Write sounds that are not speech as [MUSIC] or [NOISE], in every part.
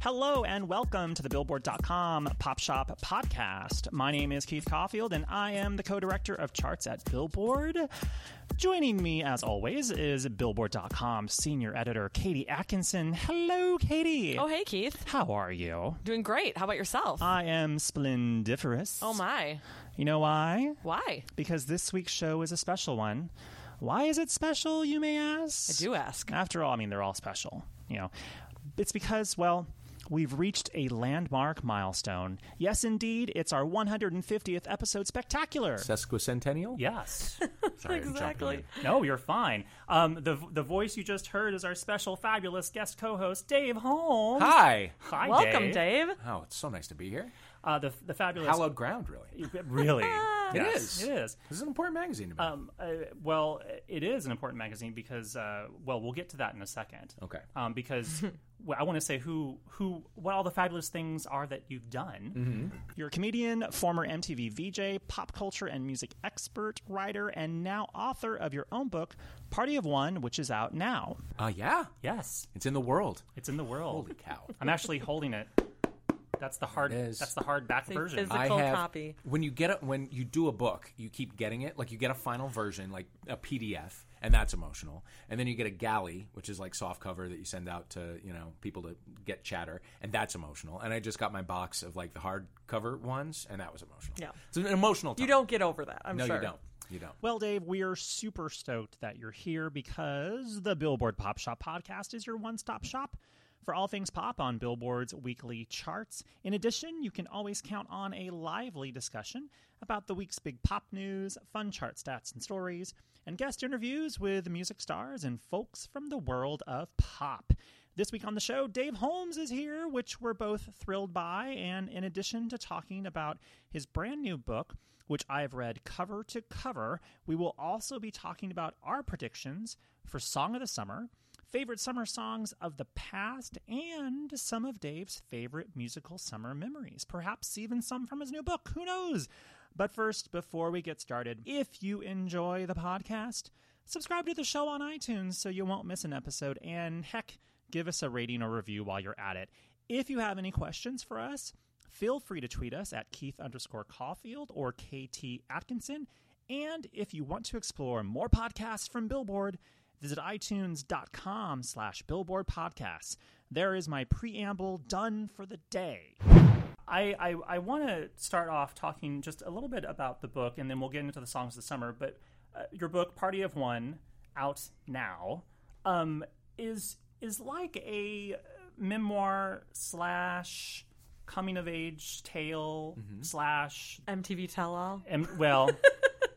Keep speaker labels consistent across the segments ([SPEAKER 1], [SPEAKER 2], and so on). [SPEAKER 1] Hello and welcome to the Billboard.com Pop Shop Podcast. My name is Keith Caulfield and I am the co director of charts at Billboard. Joining me, as always, is Billboard.com senior editor Katie Atkinson. Hello, Katie.
[SPEAKER 2] Oh, hey, Keith.
[SPEAKER 1] How are you?
[SPEAKER 2] Doing great. How about yourself?
[SPEAKER 1] I am splendiferous.
[SPEAKER 2] oh, my.
[SPEAKER 1] You know why?
[SPEAKER 2] Why?
[SPEAKER 1] Because this week's show is a special one. Why is it special, you may ask?
[SPEAKER 2] I do ask.
[SPEAKER 1] After all, I mean, they're all special, you know. It's because, well, we've reached a landmark milestone. Yes, indeed, it's our 150th episode spectacular.
[SPEAKER 3] sesquicentennial?
[SPEAKER 4] Yes. Sorry, I'm jumping
[SPEAKER 2] Exactly.
[SPEAKER 4] in. No, you're fine. Um, the the voice you just heard is our special, fabulous guest co-host, Dave Holmes.
[SPEAKER 3] Hi.
[SPEAKER 4] Hi,
[SPEAKER 2] Welcome, Dave.
[SPEAKER 3] Oh, it's so nice to be here.
[SPEAKER 4] Uh, the the fabulous.
[SPEAKER 3] Hallowed ground, really.
[SPEAKER 4] [LAUGHS]
[SPEAKER 3] [LAUGHS]
[SPEAKER 4] Really? Yes,
[SPEAKER 3] is.
[SPEAKER 4] It is.
[SPEAKER 3] This is an important magazine to me.
[SPEAKER 4] Um, uh, well, it is an important magazine because, uh, well, we'll get to that in a second.
[SPEAKER 3] Okay.
[SPEAKER 4] Um, because well, I want to say who who what all the fabulous things are that you've done.
[SPEAKER 3] Mm-hmm.
[SPEAKER 1] You're a comedian, former MTV VJ, pop culture and music expert, writer, and now author of your own book, Party of One, which is out now.
[SPEAKER 3] uh, yeah.
[SPEAKER 4] Yes,
[SPEAKER 3] It's in the world.
[SPEAKER 4] it's in the world.
[SPEAKER 3] Holy
[SPEAKER 2] [LAUGHS]
[SPEAKER 3] cow.
[SPEAKER 4] I'm actually holding it. That's the hard.
[SPEAKER 3] It is.
[SPEAKER 4] That's the hard back
[SPEAKER 2] It's a
[SPEAKER 4] version.
[SPEAKER 2] physical-
[SPEAKER 3] I
[SPEAKER 2] Cold
[SPEAKER 3] have
[SPEAKER 2] copy.
[SPEAKER 3] when you get a, when you do a book, you keep getting it. Like you get a final version, like a PDF, and that's emotional. And then you get a galley, which is like soft cover that you send out to you know people to get chatter, and that's emotional. And I just got my box of like the hardcover ones, and that was emotional.
[SPEAKER 2] Yeah.
[SPEAKER 3] it's an emotional. Time.
[SPEAKER 2] You don't get over that, I'm
[SPEAKER 3] no,
[SPEAKER 2] sure.
[SPEAKER 3] you don't. You don't.
[SPEAKER 1] Well, Dave, we are super stoked that you're here because the Billboard Pop Shop podcast is your one stop shop for all things pop on Billboard's weekly charts. In addition, you can always count on a lively discussion about the week's big pop news, fun chart stats and stories, and guest interviews with music stars and folks from the world of pop. This week on the show, Dave Holmes is here, which we're both thrilled by. And in addition to talking about his brand new book, which I've read cover to cover, we will also be talking about our predictions for Song of the Summer, favorite summer songs of the past, and some of Dave's favorite musical summer memories. Perhaps even some from his new book. Who knows? But first, before we get started, if you enjoy the podcast, subscribe to the show on iTunes so you won't miss an episode, and heck, give us a rating or review while you're at it. If you have any questions for us, feel free to tweet us at Keith underscore Caulfield or KT Atkinson. And if you want to explore more podcasts from Billboard, visit itunes.com slash billboard podcasts. There is my preamble done for the day.
[SPEAKER 4] I, I, I want to start off talking just a little bit about the book, and then we'll get into the songs of the summer. But uh, your book, Party of One, out now, um, is is like a memoir slash coming of age tale
[SPEAKER 3] Mm-hmm.
[SPEAKER 4] slash
[SPEAKER 2] MTV Tell All.
[SPEAKER 4] and
[SPEAKER 3] [LAUGHS]
[SPEAKER 4] well,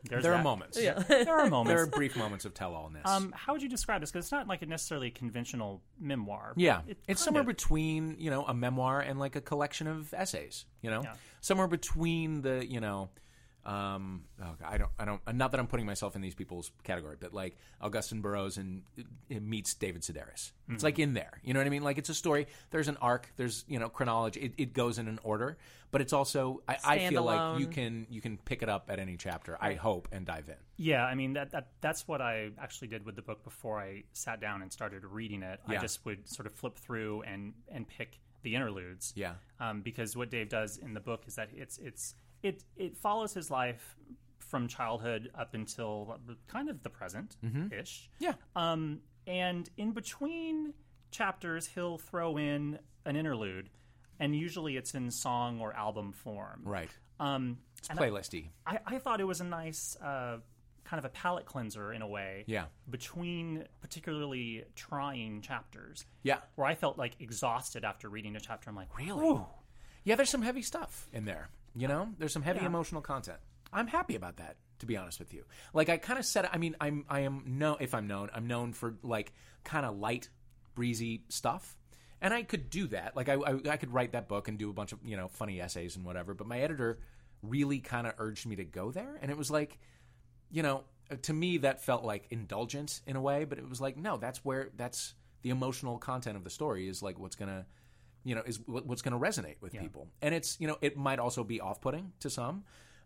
[SPEAKER 4] there's
[SPEAKER 3] There are
[SPEAKER 4] that.
[SPEAKER 3] moments.
[SPEAKER 4] [LAUGHS] There are moments.
[SPEAKER 3] There are brief moments of tell-allness.
[SPEAKER 4] um, how would you describe this? Because it's not like a necessarily conventional memoir. but
[SPEAKER 3] Yeah,
[SPEAKER 4] it kind
[SPEAKER 3] it's somewhere
[SPEAKER 4] of-
[SPEAKER 3] between you know a memoir and like a collection of essays. You know,
[SPEAKER 4] Yeah.
[SPEAKER 3] somewhere between the you know, um, oh God, I don't, I don't. Not that I'm putting myself in these people's category, but like Augustin Burroughs and uh, it meets David Sedaris.
[SPEAKER 4] Mm-hmm.
[SPEAKER 3] It's like in there. You know what I mean? Like it's a story. There's an arc. There's you know chronology. It, it goes in an order, but it's also I, I feel like you
[SPEAKER 2] Standalone.
[SPEAKER 3] can you can pick it up at any chapter. I hope and dive in.
[SPEAKER 4] Yeah, I mean that, that that's what I actually did with the book before I sat down and started reading it. I
[SPEAKER 3] Yeah.
[SPEAKER 4] just would sort of flip through and and pick the interludes.
[SPEAKER 3] Yeah.
[SPEAKER 4] Um, because what Dave does in the book is that it's it's it it follows his life from childhood up until kind of the present ish.
[SPEAKER 3] Mm-hmm. Yeah.
[SPEAKER 4] Um, and in between
[SPEAKER 1] chapters, he'll throw in an interlude, and usually it's in song or album form.
[SPEAKER 3] Right.
[SPEAKER 1] Um,
[SPEAKER 3] It's
[SPEAKER 4] Uh,
[SPEAKER 3] playlisty.
[SPEAKER 1] I, I thought it was a nice uh, kind of a palate cleanser in a way.
[SPEAKER 3] Yeah.
[SPEAKER 1] Between particularly trying chapters.
[SPEAKER 3] Yeah.
[SPEAKER 1] Where I felt like exhausted after reading a chapter. I'm like,
[SPEAKER 3] Really? Yeah, there's some heavy stuff in there. You know, there's some heavy emotional content. I'm happy about that, to be honest with you. Like I kind of said, I mean, I'm I am known if I'm known, I'm known for like kind of light, breezy stuff, and I could do that. Like I, I I could write that book and do a bunch of you know funny essays and whatever. But my editor really kind of urged me to go there, and it was like you know, uh, to me that felt like indulgence in a way, but it was like no, that's where that's the emotional content of the story is like what's gonna, you know, is what- what's gonna resonate with people, and it's you know it might also be off putting to some,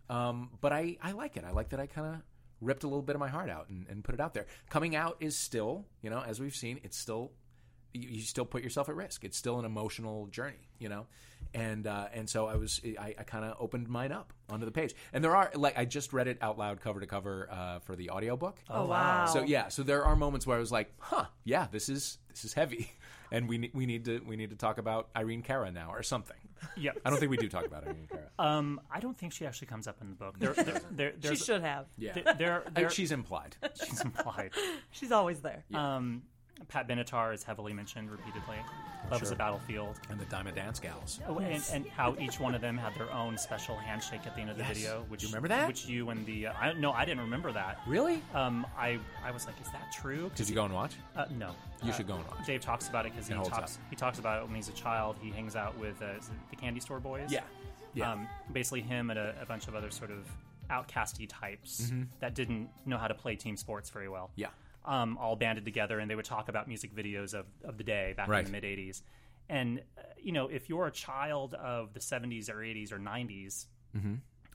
[SPEAKER 3] um, but I I like it. I like that I kind of ripped a little bit of my heart out and, and put it out there. Coming out is still you know as we've seen it's still you, you still put yourself at risk. It's still an emotional journey, you know, and uh, and so I was I, I kind of opened mine up onto the page, and there are like I just read it out loud cover to cover uh, for the audiobook.
[SPEAKER 2] Oh, wow.
[SPEAKER 3] So yeah, so there are moments where I was like, huh, yeah, this is this is heavy, [LAUGHS] and we ne- we need to we need to talk about Irene Cara now or something.
[SPEAKER 1] yeah.
[SPEAKER 3] I don't think we do talk about Irene Cara.
[SPEAKER 1] Um, I don't think she actually comes up in the book. There,
[SPEAKER 3] [LAUGHS]
[SPEAKER 1] there, there,
[SPEAKER 2] She
[SPEAKER 1] there's,
[SPEAKER 2] should have.
[SPEAKER 3] yeah,
[SPEAKER 1] there, there,
[SPEAKER 3] I-
[SPEAKER 1] there-
[SPEAKER 3] she's implied.
[SPEAKER 1] [LAUGHS] she's implied.
[SPEAKER 2] She's always there.
[SPEAKER 1] Um, Pat Benatar is heavily mentioned repeatedly. Love is a battlefield.
[SPEAKER 3] And the Diamond Dance Gals.
[SPEAKER 1] Oh, and, and how each one of them had their own special handshake at the end of the
[SPEAKER 3] Yes.
[SPEAKER 1] video. Which
[SPEAKER 3] Do you remember that?
[SPEAKER 1] Which you and the uh, I, no, I didn't remember that.
[SPEAKER 3] Really?
[SPEAKER 1] Um, I I was like, is that true? 'Cause-
[SPEAKER 3] Did you go and watch?
[SPEAKER 1] Uh, no,
[SPEAKER 3] You
[SPEAKER 1] Uh,
[SPEAKER 3] should go and watch.
[SPEAKER 1] Dave talks about it because he
[SPEAKER 3] holds
[SPEAKER 1] talks
[SPEAKER 3] up.
[SPEAKER 1] he talks about it when he's a child. He hangs out with uh, is it the candy store boys.
[SPEAKER 3] Yeah. Yeah.
[SPEAKER 1] Um, basically, him and a, a bunch of other sort of outcasty types that didn't know how to play team sports very well.
[SPEAKER 3] Mm-hmm. Yeah.
[SPEAKER 1] Um, all banded together, and they would talk about music videos of, of the day back
[SPEAKER 3] Right.
[SPEAKER 1] in the mid '80s. And uh, you know, if you're a child of the '70s or '80s or '90s,
[SPEAKER 3] Mm-hmm.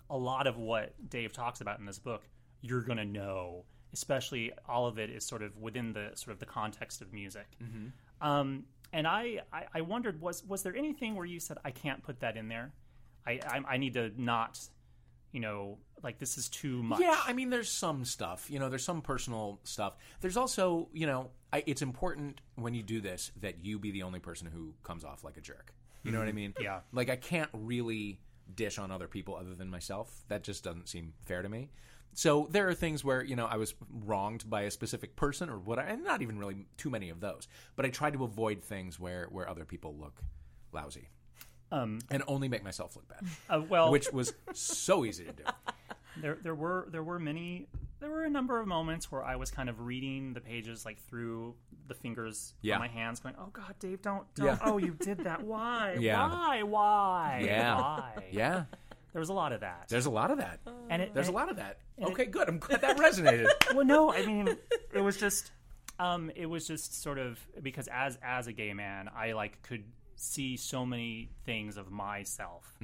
[SPEAKER 1] a lot of what Dave talks about in this book, you're gonna know. Especially, all of it is sort of within the sort of the context of music.
[SPEAKER 3] Mm-hmm.
[SPEAKER 1] Um, and I, I, I wondered was was there anything where you said I can't put that in there? I, I, I need to not, you know, like this is too much.
[SPEAKER 3] Yeah, I mean, there's some stuff. You know, there's some personal stuff. There's also, you know, I, it's important when you do this that you be the only person who comes off like a jerk. You know what I mean?
[SPEAKER 1] Mm-hmm. Yeah.
[SPEAKER 3] Like I can't really dish on other people other than myself. That just doesn't seem fair to me. So there are things where you know I was wronged by a specific person or what, and not even really too many of those. But I tried to avoid things where where other people look lousy. Um, and only make myself look bad,
[SPEAKER 1] Uh, well,
[SPEAKER 3] which was so easy
[SPEAKER 1] [LAUGHS]
[SPEAKER 3] to do.
[SPEAKER 1] there there were there were many there were a number of moments where I was kind of reading the pages like through the fingers
[SPEAKER 3] Yeah.
[SPEAKER 1] on my hands, going, "Oh God, Dave, don't, don't!
[SPEAKER 3] Yeah.
[SPEAKER 1] Oh, you did that. Why?
[SPEAKER 3] [LAUGHS] Yeah.
[SPEAKER 1] Why? Why?
[SPEAKER 3] Yeah.
[SPEAKER 1] Why?
[SPEAKER 3] Yeah,
[SPEAKER 1] There was a lot of that.
[SPEAKER 3] there's a lot of that.
[SPEAKER 1] and it,
[SPEAKER 3] There's a
[SPEAKER 1] Oh, and it-
[SPEAKER 3] lot of that. Okay, good. I'm glad
[SPEAKER 1] [LAUGHS]
[SPEAKER 3] that resonated.
[SPEAKER 1] well no i mean it was just um it was just sort of because as as a gay man i like could see so many things of myself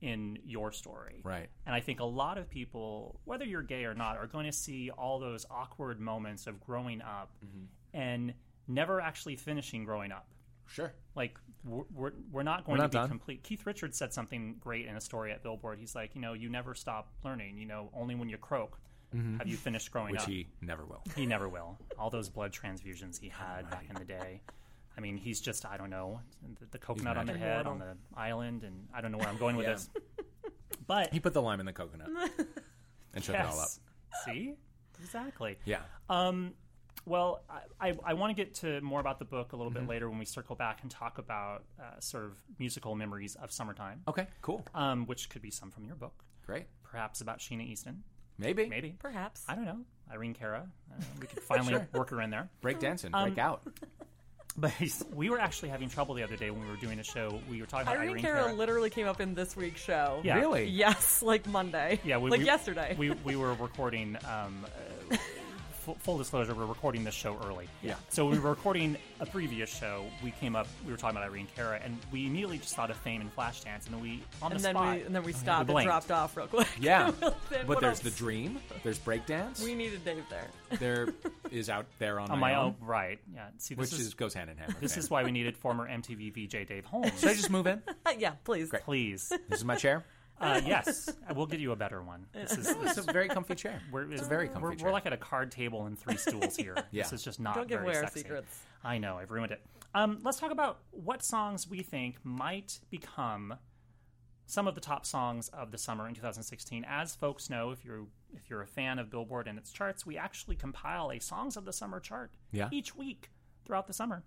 [SPEAKER 1] in your story
[SPEAKER 3] Mm-hmm. Right.
[SPEAKER 1] and i think a lot of people whether you're gay or not are going to see all those awkward moments of growing up
[SPEAKER 3] Mm-hmm.
[SPEAKER 1] and never actually finishing growing up
[SPEAKER 3] Sure.
[SPEAKER 1] like we're we're, we're not going to
[SPEAKER 3] We're not
[SPEAKER 1] be
[SPEAKER 3] done.
[SPEAKER 1] complete. Keith Richards said something great in a story at Billboard. He's like, you know, you never stop learning. You know, only when you croak have you finished growing
[SPEAKER 3] Mm-hmm. Which
[SPEAKER 1] up.
[SPEAKER 3] he never will.
[SPEAKER 1] He never will. All those blood transfusions he had back in the day. I mean, he's just I don't know the, the coconut on the
[SPEAKER 3] magic.
[SPEAKER 1] head on the island, and I don't know where I'm going with
[SPEAKER 3] Yeah.
[SPEAKER 1] this. But
[SPEAKER 3] He put the lime in the coconut and shook it all up.
[SPEAKER 1] yes, see exactly.
[SPEAKER 3] Yeah.
[SPEAKER 1] Um, Well, I, I, I want to get to more about the book a little
[SPEAKER 3] Mm-hmm.
[SPEAKER 1] bit later when we circle back and talk about uh, sort of musical memories of summertime,
[SPEAKER 3] Okay. Cool.
[SPEAKER 1] um, which could be some from your book,
[SPEAKER 3] Great.
[SPEAKER 1] perhaps about Sheena Easton,
[SPEAKER 3] Maybe.
[SPEAKER 1] maybe.
[SPEAKER 2] Perhaps.
[SPEAKER 1] I don't know. Irene Cara. I don't know. We could
[SPEAKER 3] [LAUGHS]
[SPEAKER 1] finally work her in there.
[SPEAKER 3] Break dancing.
[SPEAKER 1] Um,
[SPEAKER 3] Break out.
[SPEAKER 1] But we were actually having trouble the other day when we were doing a show. We were talking about
[SPEAKER 2] Irene,
[SPEAKER 1] Irene,
[SPEAKER 2] Cara
[SPEAKER 1] Cara.
[SPEAKER 2] literally came up in this week's show.
[SPEAKER 1] Yeah.
[SPEAKER 3] Really?
[SPEAKER 2] Yes, like Monday.
[SPEAKER 1] Yeah, we,
[SPEAKER 2] like
[SPEAKER 1] we-
[SPEAKER 2] yesterday.
[SPEAKER 1] We, we were recording. Um,
[SPEAKER 2] [LAUGHS]
[SPEAKER 1] uh, full, full disclosure, we're recording this show early.
[SPEAKER 3] Yeah.
[SPEAKER 1] So we were recording a previous show. We came up. We were talking about Irene Cara, and we immediately just thought of Fame and Flashdance, and then we on
[SPEAKER 2] and
[SPEAKER 1] the
[SPEAKER 2] then
[SPEAKER 1] spot.
[SPEAKER 2] we and then we stopped and
[SPEAKER 1] blinked.
[SPEAKER 2] dropped off real quick.
[SPEAKER 1] [LAUGHS]
[SPEAKER 3] Yeah.
[SPEAKER 2] Then what
[SPEAKER 3] but there's
[SPEAKER 2] else?
[SPEAKER 3] the dream. There's break
[SPEAKER 2] [LAUGHS]
[SPEAKER 3] dance.
[SPEAKER 2] We needed Dave there. [LAUGHS]
[SPEAKER 3] there
[SPEAKER 1] [LAUGHS]
[SPEAKER 3] is out there on,
[SPEAKER 1] on
[SPEAKER 3] my, own,
[SPEAKER 1] right? Yeah. See, this
[SPEAKER 3] which is, goes hand in hand. With
[SPEAKER 1] this
[SPEAKER 3] Van.
[SPEAKER 1] is
[SPEAKER 3] [LAUGHS]
[SPEAKER 1] why we needed former MTV VJ Dave Holmes.
[SPEAKER 3] Should I just move in?
[SPEAKER 2] yeah, please.
[SPEAKER 1] Please.
[SPEAKER 3] This is my chair.
[SPEAKER 1] Uh, yes, I will get you a better one. This is
[SPEAKER 3] [LAUGHS] It's a very comfy chair.
[SPEAKER 1] [LAUGHS] we're,
[SPEAKER 3] it's a very comfy
[SPEAKER 1] we're,
[SPEAKER 3] chair.
[SPEAKER 1] we're like at a card table and three stools here.
[SPEAKER 3] [LAUGHS] Yeah.
[SPEAKER 1] This is just not
[SPEAKER 2] Don't give
[SPEAKER 1] very
[SPEAKER 2] away our
[SPEAKER 1] sexy.
[SPEAKER 2] secrets.
[SPEAKER 1] I know, I've ruined it. Um, let's talk about what songs we think might become some of the top songs of the summer in 2016. As folks know, if you're if you're a fan of Billboard and its charts, we actually compile a songs of the summer chart
[SPEAKER 3] Yeah.
[SPEAKER 1] each week throughout the summer,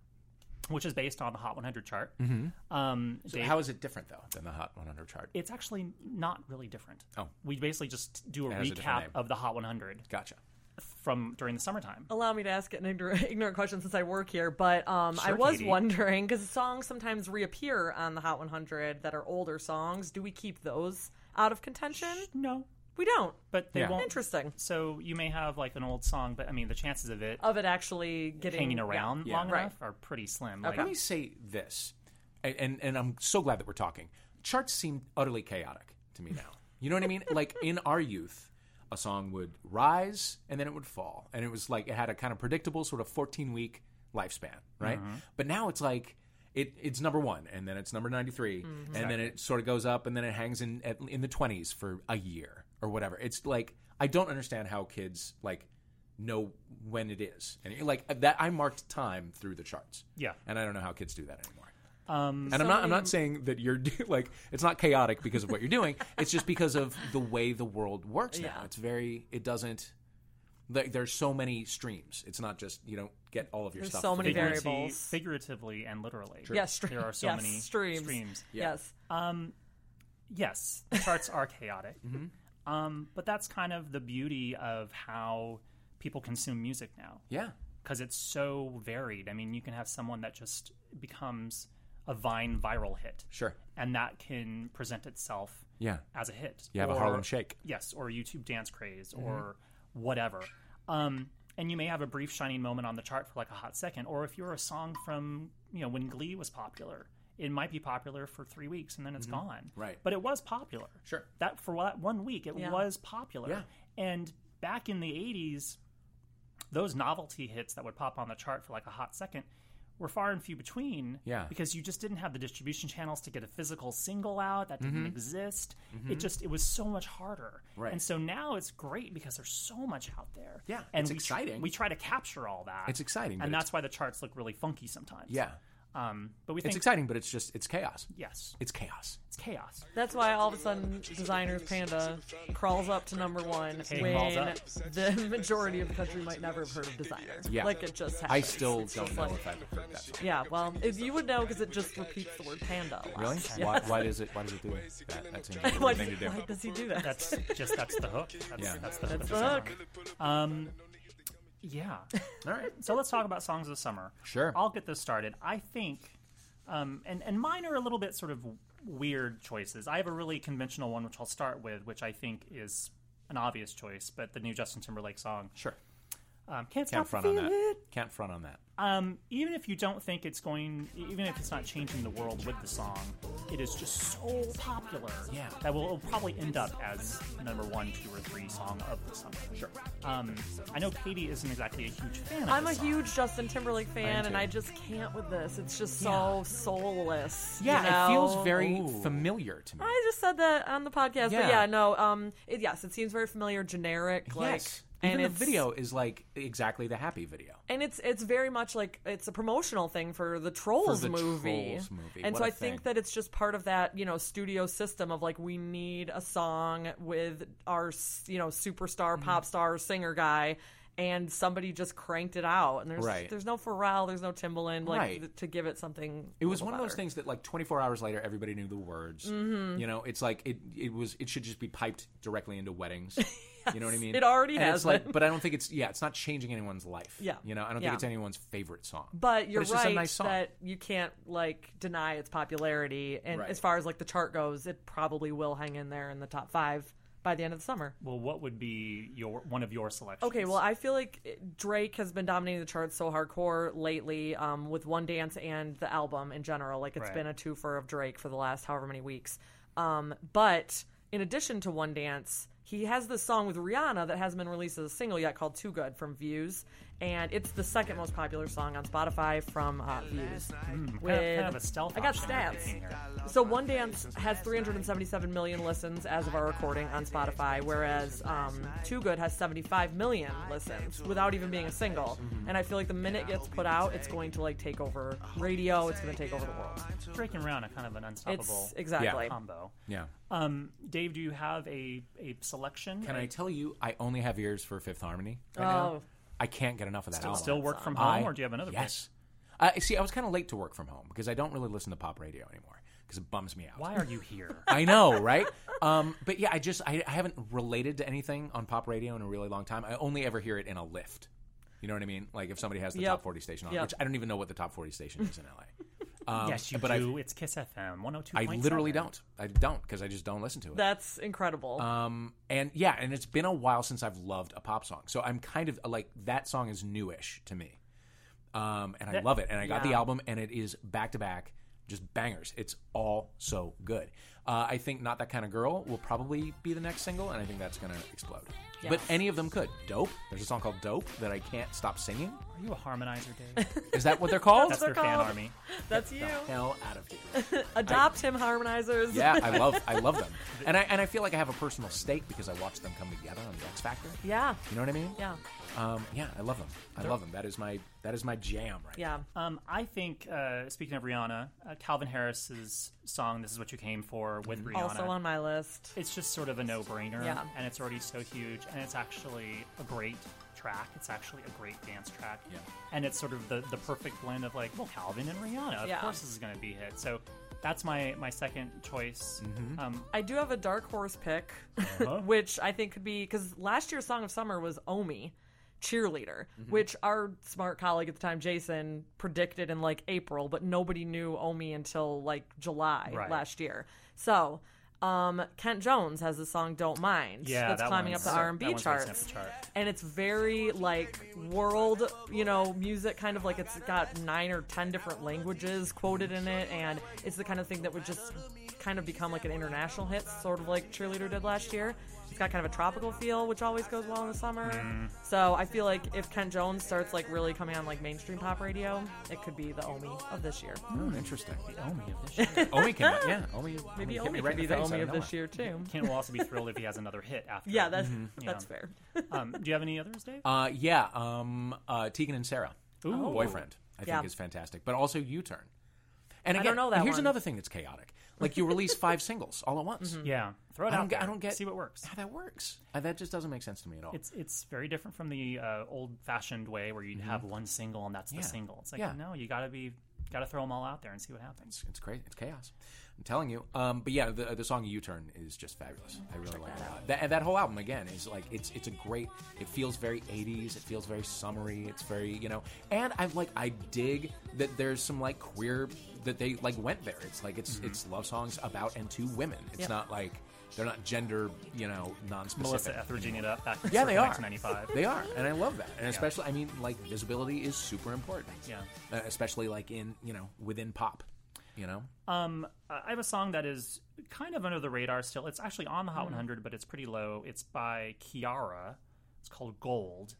[SPEAKER 1] which is based on the Hot 100 chart.
[SPEAKER 3] Mm-hmm.
[SPEAKER 1] Um,
[SPEAKER 3] So
[SPEAKER 1] Dave-
[SPEAKER 3] how is it different though than the Hot 100 chart?
[SPEAKER 1] it's actually not really different.
[SPEAKER 3] Oh.
[SPEAKER 1] we basically just do a
[SPEAKER 3] It has a different
[SPEAKER 1] recap
[SPEAKER 3] name.
[SPEAKER 1] of the Hot 100
[SPEAKER 3] Gotcha.
[SPEAKER 1] from during the summertime.
[SPEAKER 2] Allow me to ask an ignorant, [LAUGHS] ignorant question since I work here, but um, I
[SPEAKER 1] Sure,
[SPEAKER 2] was
[SPEAKER 1] Katie.
[SPEAKER 2] wondering because songs sometimes reappear on the Hot 100 that are older songs. Do we keep those out of contention?
[SPEAKER 1] No,
[SPEAKER 2] We don't.
[SPEAKER 1] but they
[SPEAKER 3] Yeah.
[SPEAKER 1] won't.
[SPEAKER 2] Interesting.
[SPEAKER 1] So you may have like an old song, but I mean the chances of it
[SPEAKER 2] Of it actually getting
[SPEAKER 1] hanging around
[SPEAKER 3] Yeah.
[SPEAKER 1] long
[SPEAKER 2] Oh, Right.
[SPEAKER 1] enough are pretty slim. Like,
[SPEAKER 3] Let me say this, and, and and I'm so glad that we're talking. Charts seem utterly chaotic to me now. You know what I mean? like in our youth, a song would rise and then it would fall, and it was like it had a kind of predictable sort of 14 week lifespan, right? But now it's like. It, it's number one, and then it's number ninety and then it sort of goes up, and then it hangs in at, in the twenties for a year or whatever. It's like I don't understand how kids like know when it is, and like that. I marked time through the charts.
[SPEAKER 1] Yeah.
[SPEAKER 3] And I don't know how kids do that anymore.
[SPEAKER 2] Um,
[SPEAKER 3] and I'm not. I'm not saying that you're [LAUGHS] like it's not chaotic because of what you're doing. it's just because of the way the world works now. It's very. It doesn't. Like, there's so many streams. It's not just you don't get all of your
[SPEAKER 2] There's
[SPEAKER 3] stuff.
[SPEAKER 2] so
[SPEAKER 3] from
[SPEAKER 2] many
[SPEAKER 3] one-
[SPEAKER 1] figuratively,
[SPEAKER 2] variables.
[SPEAKER 1] figuratively and literally.
[SPEAKER 2] Yes, stre-
[SPEAKER 1] there are so
[SPEAKER 2] yes,
[SPEAKER 1] many
[SPEAKER 2] streams.
[SPEAKER 1] streams.
[SPEAKER 2] Yes.
[SPEAKER 1] Yes, the charts are chaotic,
[SPEAKER 3] Mm-hmm.
[SPEAKER 1] um, but that's kind of the beauty of how people consume music now.
[SPEAKER 3] Yeah.
[SPEAKER 1] because it's so varied. I mean, you can have someone that just becomes a Vine viral hit,
[SPEAKER 3] Sure.
[SPEAKER 1] and that can present itself
[SPEAKER 3] Yeah.
[SPEAKER 1] as a hit.
[SPEAKER 3] You have a
[SPEAKER 1] Or-
[SPEAKER 3] Harlem Shake. Mm-hmm.
[SPEAKER 1] yes, or a YouTube dance craze, or whatever. Um, and you may have a brief shining moment on the chart for like a hot second, or if you're a song from you know when Glee was popular, it might be popular for three weeks and then it's gone.
[SPEAKER 3] Mm-hmm. Right.
[SPEAKER 1] but it was popular.
[SPEAKER 3] Sure.
[SPEAKER 1] that for that one week it
[SPEAKER 2] Yeah.
[SPEAKER 1] was popular.
[SPEAKER 3] Yeah.
[SPEAKER 1] and back in the '80s, those novelty hits that would pop on the chart for like a hot second were far and few between
[SPEAKER 3] Yeah.
[SPEAKER 1] because you just didn't have the distribution channels to get a physical single out that didn't exist it just it was so much harder
[SPEAKER 3] Mm-hmm. Right.
[SPEAKER 1] and so now it's great because there's so much out there
[SPEAKER 3] Yeah,
[SPEAKER 1] and
[SPEAKER 3] it's
[SPEAKER 1] we tr-
[SPEAKER 3] exciting.
[SPEAKER 1] we try to capture all that
[SPEAKER 3] It's exciting, but
[SPEAKER 1] and
[SPEAKER 3] it's-
[SPEAKER 1] that's why the charts look really funky sometimes
[SPEAKER 3] Yeah.
[SPEAKER 1] um but we think
[SPEAKER 3] It's exciting, but it's just it's chaos.
[SPEAKER 1] yes
[SPEAKER 3] It's chaos.
[SPEAKER 1] it's chaos
[SPEAKER 2] That's why all of a sudden Designer's Panda crawls up to number one
[SPEAKER 1] Hey, crawls
[SPEAKER 2] when
[SPEAKER 1] up.
[SPEAKER 2] the [LAUGHS] majority of the country might never have heard of Designer.
[SPEAKER 3] Yeah.
[SPEAKER 2] Like it just happens.
[SPEAKER 3] I still don't
[SPEAKER 2] It's
[SPEAKER 3] know
[SPEAKER 2] like-
[SPEAKER 3] if I've heard that. Song.
[SPEAKER 2] Yeah, well, if you would know because it just repeats the word panda. A lot. [LAUGHS]
[SPEAKER 3] Really? Why, why does it? Why does it do that? That's an interesting
[SPEAKER 2] Why,
[SPEAKER 3] thing to do.
[SPEAKER 2] why does he do that?
[SPEAKER 1] that's just that's the hook that's,
[SPEAKER 3] Yeah.
[SPEAKER 1] that's the hook of
[SPEAKER 2] That's
[SPEAKER 1] the song.
[SPEAKER 2] look.
[SPEAKER 1] um yeah
[SPEAKER 3] All right.
[SPEAKER 1] so let's talk about songs of the summer.
[SPEAKER 3] Sure.
[SPEAKER 1] I'll get this started. I think, um, and and mine are a little bit sort of weird choices. I have a really conventional one, which I'll start with, which I think is an obvious choice, but the new Justin Timberlake song,
[SPEAKER 3] Sure.
[SPEAKER 1] um, "Can't Stop
[SPEAKER 3] Can't
[SPEAKER 1] the
[SPEAKER 3] front on that.
[SPEAKER 1] Feeling."
[SPEAKER 3] Can't front on that.
[SPEAKER 1] Um, even if you don't think it's going, even if it's not changing the world with the song, it is just so popular
[SPEAKER 3] Yeah.
[SPEAKER 1] that will it'll probably end up as number one, two, or three song of the summer. Sure. Um, I know Katie isn't exactly a huge fan. of
[SPEAKER 2] I'm
[SPEAKER 1] the
[SPEAKER 2] a
[SPEAKER 1] song.
[SPEAKER 2] huge Justin Timberlake fan, and
[SPEAKER 3] too.
[SPEAKER 2] I just can't with this. It's just so soulless. you
[SPEAKER 3] Yeah, it feels
[SPEAKER 2] know?
[SPEAKER 3] very familiar to me.
[SPEAKER 2] I just said that on the podcast,
[SPEAKER 3] Yeah.
[SPEAKER 2] but yeah, no. Um, it, yes, it seems very familiar, generic. Like,
[SPEAKER 3] yes,
[SPEAKER 2] and
[SPEAKER 3] even the
[SPEAKER 2] it's-
[SPEAKER 3] video is like exactly the happy video.
[SPEAKER 2] and it's it's very much like it's a promotional thing for the Trolls
[SPEAKER 3] For the
[SPEAKER 2] movie.
[SPEAKER 3] Trolls movie.
[SPEAKER 2] And
[SPEAKER 3] What
[SPEAKER 2] so
[SPEAKER 3] a
[SPEAKER 2] I think
[SPEAKER 3] thing.
[SPEAKER 2] that it's just part of that you know studio system of like we need a song with our s- you know
[SPEAKER 3] Mm-hmm.
[SPEAKER 2] superstar pop star singer guy. And somebody just cranked it out, and there's
[SPEAKER 3] Right.
[SPEAKER 2] there's no Pharrell, there's no Timbaland, like
[SPEAKER 3] Right.
[SPEAKER 2] th- to give it something.
[SPEAKER 3] It was
[SPEAKER 2] a
[SPEAKER 3] one
[SPEAKER 2] little
[SPEAKER 3] of those
[SPEAKER 2] better.
[SPEAKER 3] things that like 24 hours later, everybody knew the words.
[SPEAKER 2] Mm-hmm.
[SPEAKER 3] You know, it's like it. It was. It should just be piped directly
[SPEAKER 2] [LAUGHS]
[SPEAKER 3] into weddings. You know what I mean?
[SPEAKER 2] it already
[SPEAKER 3] and
[SPEAKER 2] has
[SPEAKER 3] It's like,
[SPEAKER 2] been.
[SPEAKER 3] but I don't think it's. Yeah, it's not changing anyone's life.
[SPEAKER 2] Yeah.
[SPEAKER 3] You know, I don't
[SPEAKER 2] Yeah.
[SPEAKER 3] think it's anyone's favorite song.
[SPEAKER 2] But you're
[SPEAKER 3] it's
[SPEAKER 2] right
[SPEAKER 3] just a nice song.
[SPEAKER 2] that you can't like deny its popularity, and
[SPEAKER 3] Right.
[SPEAKER 2] as far as like the chart goes, it probably will hang in there in the top five by the end of the summer.
[SPEAKER 1] Well, what would be your one of your selections?
[SPEAKER 2] Okay, well, I feel like eh, Drake has been dominating the charts so hardcore lately um, with One Dance and the album in general. Like, it's
[SPEAKER 1] Right.
[SPEAKER 2] been a twofer of Drake for the last however many weeks. Um, but in addition to One Dance, he has this song with Rihanna that hasn't been released as a single yet called Too Good from Views. and it's the second most popular song on Spotify from uh, views.
[SPEAKER 1] Kind of, kind of a
[SPEAKER 2] With-
[SPEAKER 1] stealth
[SPEAKER 2] I got
[SPEAKER 1] option we're taking
[SPEAKER 2] stats.
[SPEAKER 1] here.
[SPEAKER 2] So One Dance has 377 million listens as of our recording on Spotify, whereas um, Too Good has 75 million listens without even being a single.
[SPEAKER 1] Mm-hmm.
[SPEAKER 2] And I feel like the minute it gets put out, it's going to like take over radio. It's going to take over the world.
[SPEAKER 1] Drake and Rihanna, kind of an unstoppable
[SPEAKER 2] It's exactly.
[SPEAKER 1] combo.
[SPEAKER 3] Yeah.
[SPEAKER 1] Um, Dave, do you have a, a selection?
[SPEAKER 3] Can I tell you, I only have ears for Fifth Harmony. Right
[SPEAKER 2] Oh,
[SPEAKER 3] Now. I can't get enough of that
[SPEAKER 1] still,
[SPEAKER 3] album.
[SPEAKER 1] still work from home,
[SPEAKER 3] I-
[SPEAKER 1] or do you have another? pick?
[SPEAKER 3] Yes. Uh, see, I was kind of late to work from home because I don't really listen to pop radio anymore because it bums me out.
[SPEAKER 1] Why [LAUGHS] are you here?
[SPEAKER 3] I know, right? Um, but yeah, I just I, I haven't related to anything on pop radio in a really long time. I only ever hear it in a lift. You know what I mean? Like if somebody has the
[SPEAKER 2] Yep.
[SPEAKER 3] top forty station on,
[SPEAKER 2] Yep.
[SPEAKER 3] which I don't even know what the top forty station is in LA. Um,
[SPEAKER 1] yes, you
[SPEAKER 3] but
[SPEAKER 1] do. it's Kiss FM one hundred two.
[SPEAKER 3] I, I literally don't. I don't because I just don't listen to it.
[SPEAKER 2] that's incredible.
[SPEAKER 1] Uh,
[SPEAKER 3] Um, and yeah, and it's been a while since I've loved a pop song. So I'm kind of like that song is newish to me. Um, and I love it. And I got the album, and it is back to back, just bangers. It's all so good. Uh, I think "Not That Kind of Girl" will probably be the next single, and I think that's going to explode. But any of them could. Dope. There's a song called "Dope" that I can't stop singing.
[SPEAKER 1] Are you a harmonizer, Dave?
[SPEAKER 3] Is that what they're called? [LAUGHS]
[SPEAKER 1] That's their fan
[SPEAKER 2] called.
[SPEAKER 1] army.
[SPEAKER 2] that's you.
[SPEAKER 3] Hell out of here.
[SPEAKER 2] Adopt him, harmonizers.
[SPEAKER 3] Yeah, I love I love them, and I and I feel like I have a personal stake because I watched them come together on the X Factor.
[SPEAKER 2] yeah.
[SPEAKER 3] You know what I mean?
[SPEAKER 2] Yeah.
[SPEAKER 3] Um, yeah, I love them. I love them. That is my that is my jam right
[SPEAKER 2] Yeah.
[SPEAKER 1] Um, I think uh, speaking of Rihanna, uh, Calvin Harris's song "This Is What You Came For" with Rihanna.
[SPEAKER 2] Mm-hmm. Also on my list.
[SPEAKER 1] it's just sort of a no-brainer
[SPEAKER 2] Yeah.
[SPEAKER 1] and it's already so huge and it's actually a great track it's actually a great dance track yeah. and it's sort of the, the perfect blend of like well calvin and rihanna of
[SPEAKER 2] Yeah.
[SPEAKER 1] course this is going to be a hit so that's my, my second choice um,
[SPEAKER 2] I do have a dark horse pick, [LAUGHS] which I think could be because last year's song of summer was Omi, cheerleader, which our smart colleague at the time, Jason, predicted in like April, but nobody knew Omi until like July
[SPEAKER 1] Right.
[SPEAKER 2] last year. So. Um, Kent Jones has the song "Don't Mind"
[SPEAKER 1] yeah
[SPEAKER 2] that's
[SPEAKER 1] that
[SPEAKER 2] climbing up
[SPEAKER 1] one's-
[SPEAKER 2] the
[SPEAKER 1] that
[SPEAKER 2] R and B
[SPEAKER 1] one's racing up
[SPEAKER 2] charts,
[SPEAKER 1] the chart.
[SPEAKER 2] and it's very like world, you know, music kind of like it's got nine or ten different languages quoted in it, and it's the kind of thing that would just kind of become like an international hit, sort of like Cheerleader did last year. It's got kind of a tropical feel, which always goes well in the summer.
[SPEAKER 1] Mm-hmm.
[SPEAKER 2] So I feel like if Ken Jones starts like really coming on like mainstream pop radio, it could be the Omi of this year.
[SPEAKER 3] now. Oh, interesting.
[SPEAKER 1] omi of
[SPEAKER 3] [LAUGHS]
[SPEAKER 1] this year
[SPEAKER 3] Omi came out.
[SPEAKER 2] [LAUGHS]
[SPEAKER 3] Yeah, Omi.
[SPEAKER 2] Maybe
[SPEAKER 3] hit
[SPEAKER 2] Omi
[SPEAKER 3] me
[SPEAKER 2] could
[SPEAKER 3] right
[SPEAKER 2] be
[SPEAKER 3] in the
[SPEAKER 2] the
[SPEAKER 3] face out
[SPEAKER 2] Omi
[SPEAKER 3] of
[SPEAKER 2] of this
[SPEAKER 3] nowhere.
[SPEAKER 1] [LAUGHS]
[SPEAKER 2] year too.
[SPEAKER 1] Kent will also be thrilled if he has another hit after
[SPEAKER 2] [LAUGHS] Yeah, that's that's
[SPEAKER 1] Mm-hmm. Yeah.
[SPEAKER 2] fair.
[SPEAKER 1] um, do you have any others dave
[SPEAKER 3] Uh, yeah, um, uh, Tegan and Sarah,
[SPEAKER 1] Ooh.
[SPEAKER 3] boyfriend, I think
[SPEAKER 2] Yeah.
[SPEAKER 3] is fantastic, but also U Turn. And
[SPEAKER 2] I
[SPEAKER 3] again,
[SPEAKER 2] don't know that
[SPEAKER 3] here's
[SPEAKER 2] one.
[SPEAKER 3] another thing that's chaotic. Like you
[SPEAKER 2] [LAUGHS]
[SPEAKER 3] release five singles all at
[SPEAKER 2] Mm-hmm.
[SPEAKER 3] once.
[SPEAKER 1] yeah throw it
[SPEAKER 3] I
[SPEAKER 1] out
[SPEAKER 3] don't, get, I
[SPEAKER 1] there.
[SPEAKER 3] don't get
[SPEAKER 1] see what works
[SPEAKER 3] how that works. Uh, that just doesn't make sense to me at all.
[SPEAKER 1] it's it's very different from the uh, old-fashioned way where you would have one single and that's
[SPEAKER 3] Mm-hmm. Yeah.
[SPEAKER 1] the single. It's like
[SPEAKER 3] Yeah.
[SPEAKER 1] no, you gotta be gotta throw them all out there and see what happens.
[SPEAKER 3] it's crazy. It's chaos. I'm telling you. Um, but yeah, the, the song "U Turn" is just fabulous. I really like it a lot. That, and that whole album again is like it's it's a great. It feels very 80s. It feels very summery. It's very you know. And I like I dig that there's some like queer that they like went there. It's like it's it's love songs about and to women. It's not like they're not gender you know non-specific.
[SPEAKER 1] Melissa Etheridgeing it up back in
[SPEAKER 3] Yeah, they are.
[SPEAKER 1] 1995.
[SPEAKER 3] They are, and I love that. And especially, I mean, like visibility is super important.
[SPEAKER 1] Yeah.
[SPEAKER 3] Uh, especially like in you know within pop, you know.
[SPEAKER 1] Um, uh, I have a song that is kind of under the radar still. It's actually on the
[SPEAKER 3] Mm.
[SPEAKER 1] Hot 100, but it's pretty low. It's by Kiara. It's called Gold.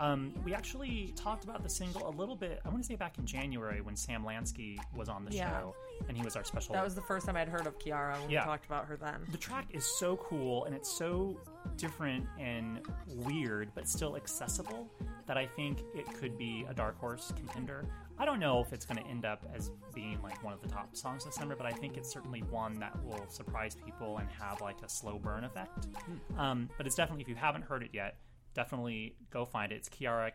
[SPEAKER 1] Um, we actually talked about the single a little bit. I want to say back in January when Sam Lansky was on the
[SPEAKER 2] Yeah.
[SPEAKER 1] show, and he was our special
[SPEAKER 2] That was the first time I'd heard of Kiara when
[SPEAKER 1] Yeah.
[SPEAKER 2] we talked about her then.
[SPEAKER 1] the track is so cool and it's so different and weird but still accessible that i think it could be a dark horse contender i don't know if it's going to end up as being like one of the top songs this summer but i think it's certainly one that will surprise people and have like a slow burn effect
[SPEAKER 2] Hmm.
[SPEAKER 1] um, but it's definitely if you haven't heard it yet definitely go find it it's kiara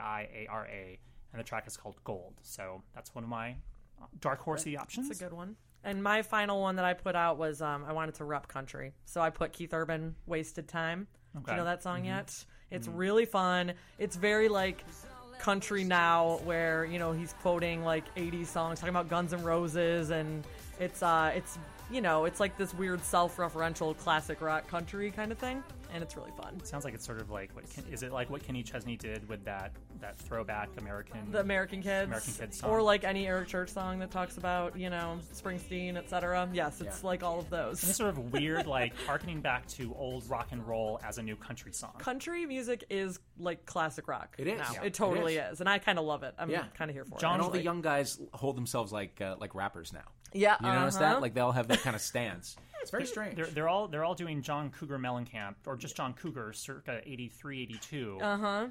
[SPEAKER 1] k-i-i-a-r-a and the track is called gold so that's one of my dark horsey options
[SPEAKER 2] It's a good one. And my final one that I put out was um, I wanted to rep country, so I put Keith Urban "Wasted Time." Do
[SPEAKER 1] Okay. Mm-hmm.
[SPEAKER 2] you know that song yet? It's really fun. It's very like country now, where you know he's quoting like '80s songs, talking about Guns N' Roses, and it's uh, it's you know, it's like this weird self-referential classic rock country kind of thing. and it's really fun.
[SPEAKER 1] Sounds like it's sort of like what Ken, is it like what Kenny Chesney did with that that throwback American
[SPEAKER 2] The American Kids,
[SPEAKER 1] American Kids song.
[SPEAKER 2] or like any Eric Church song that talks about you know Springsteen, etc. Yes, it's like all of those.
[SPEAKER 1] It's [LAUGHS] sort of weird like harkening back to old rock and roll as a new country song.
[SPEAKER 2] country music is like classic rock.
[SPEAKER 3] It is.
[SPEAKER 2] now.
[SPEAKER 3] Yeah.
[SPEAKER 2] it totally
[SPEAKER 3] It
[SPEAKER 2] is. and I kind of love it. I'm
[SPEAKER 3] Yeah.
[SPEAKER 2] kind of here for
[SPEAKER 1] John-
[SPEAKER 3] and
[SPEAKER 2] it.
[SPEAKER 3] all the
[SPEAKER 1] Like-
[SPEAKER 3] young guys hold themselves like uh, like rappers now.
[SPEAKER 2] Yeah,
[SPEAKER 3] You notice that?
[SPEAKER 2] uh-huh.
[SPEAKER 3] Like they all have that kind of stance. It's very strange.
[SPEAKER 1] They're, they're all they're all doing John Cougar Mellencamp or just John Cougar circa 83 82. Uh-huh.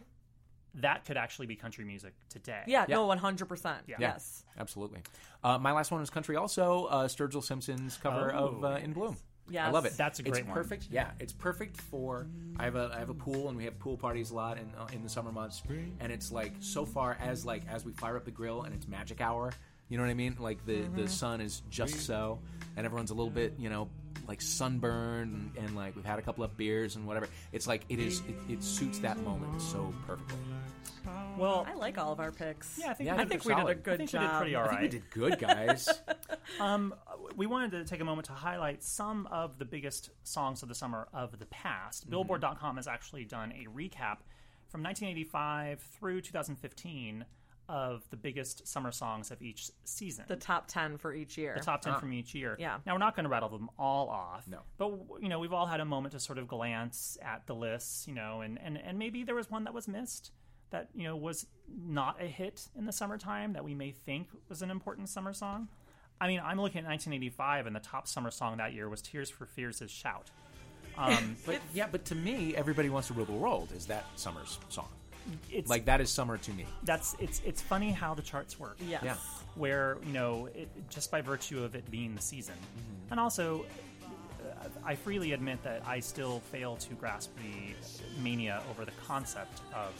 [SPEAKER 1] That could actually be country music today.
[SPEAKER 2] yeah, no, 100. percent
[SPEAKER 3] Yeah,
[SPEAKER 2] Yes,
[SPEAKER 3] absolutely. Uh, my last one was country. Also, uh, Sturgill Simpson's cover of uh, "In Bloom." I
[SPEAKER 2] Yes.
[SPEAKER 3] love it.
[SPEAKER 1] Oh, That's a great
[SPEAKER 3] it's
[SPEAKER 1] one.
[SPEAKER 3] Perfect. Yeah, it's perfect for. I have a I have a pool and we have pool parties a lot in uh, in the summer months. And it's like so far as like as we fire up the grill and it's magic hour. You know what I mean? Like the
[SPEAKER 2] Mm-hmm.
[SPEAKER 3] the sun is just so, and everyone's a little bit you know like sunburned and, and like we've had a couple of beers and whatever. It's like it is it, it suits that moment so perfectly.
[SPEAKER 1] Well,
[SPEAKER 2] I like all of our picks.
[SPEAKER 1] yeah, I think
[SPEAKER 3] Yeah,
[SPEAKER 1] we
[SPEAKER 2] I
[SPEAKER 1] did
[SPEAKER 2] think
[SPEAKER 3] they're
[SPEAKER 2] we did a
[SPEAKER 3] solid.
[SPEAKER 1] I
[SPEAKER 2] good
[SPEAKER 1] think
[SPEAKER 2] job.
[SPEAKER 1] we did pretty all
[SPEAKER 3] We
[SPEAKER 1] right.
[SPEAKER 3] did good, guys.
[SPEAKER 1] [LAUGHS] we wanted to take a moment to highlight some of the biggest songs of the summer of the past. Billboard.com has actually done a recap from 1985 through 2015 of the biggest summer songs of each season.
[SPEAKER 2] The top ten for each year.
[SPEAKER 1] The top 10 from each year.
[SPEAKER 2] Yeah.
[SPEAKER 1] Now, we're not going to rattle them all off.
[SPEAKER 3] Uh-huh. No.
[SPEAKER 1] But, you know, we've all had a moment to sort of glance at the lists, you know, and, and, and maybe there was one that was missed that, you know, was not a hit in the summertime that we may think was an important summer song. I mean, I'm looking at 1985, and the top summer song that year was Tears for Fears' Shout. Um,
[SPEAKER 3] But yeah, but to me, everybody wants to rule the world. Is that summer's song?
[SPEAKER 1] it's
[SPEAKER 3] Like that is summer to me.
[SPEAKER 1] that's it's it's funny how the charts work.
[SPEAKER 2] yes.
[SPEAKER 3] Yeah.
[SPEAKER 1] where you know it, just by virtue of it being the season and also uh, i freely admit that i still fail to grasp the mania over the concept of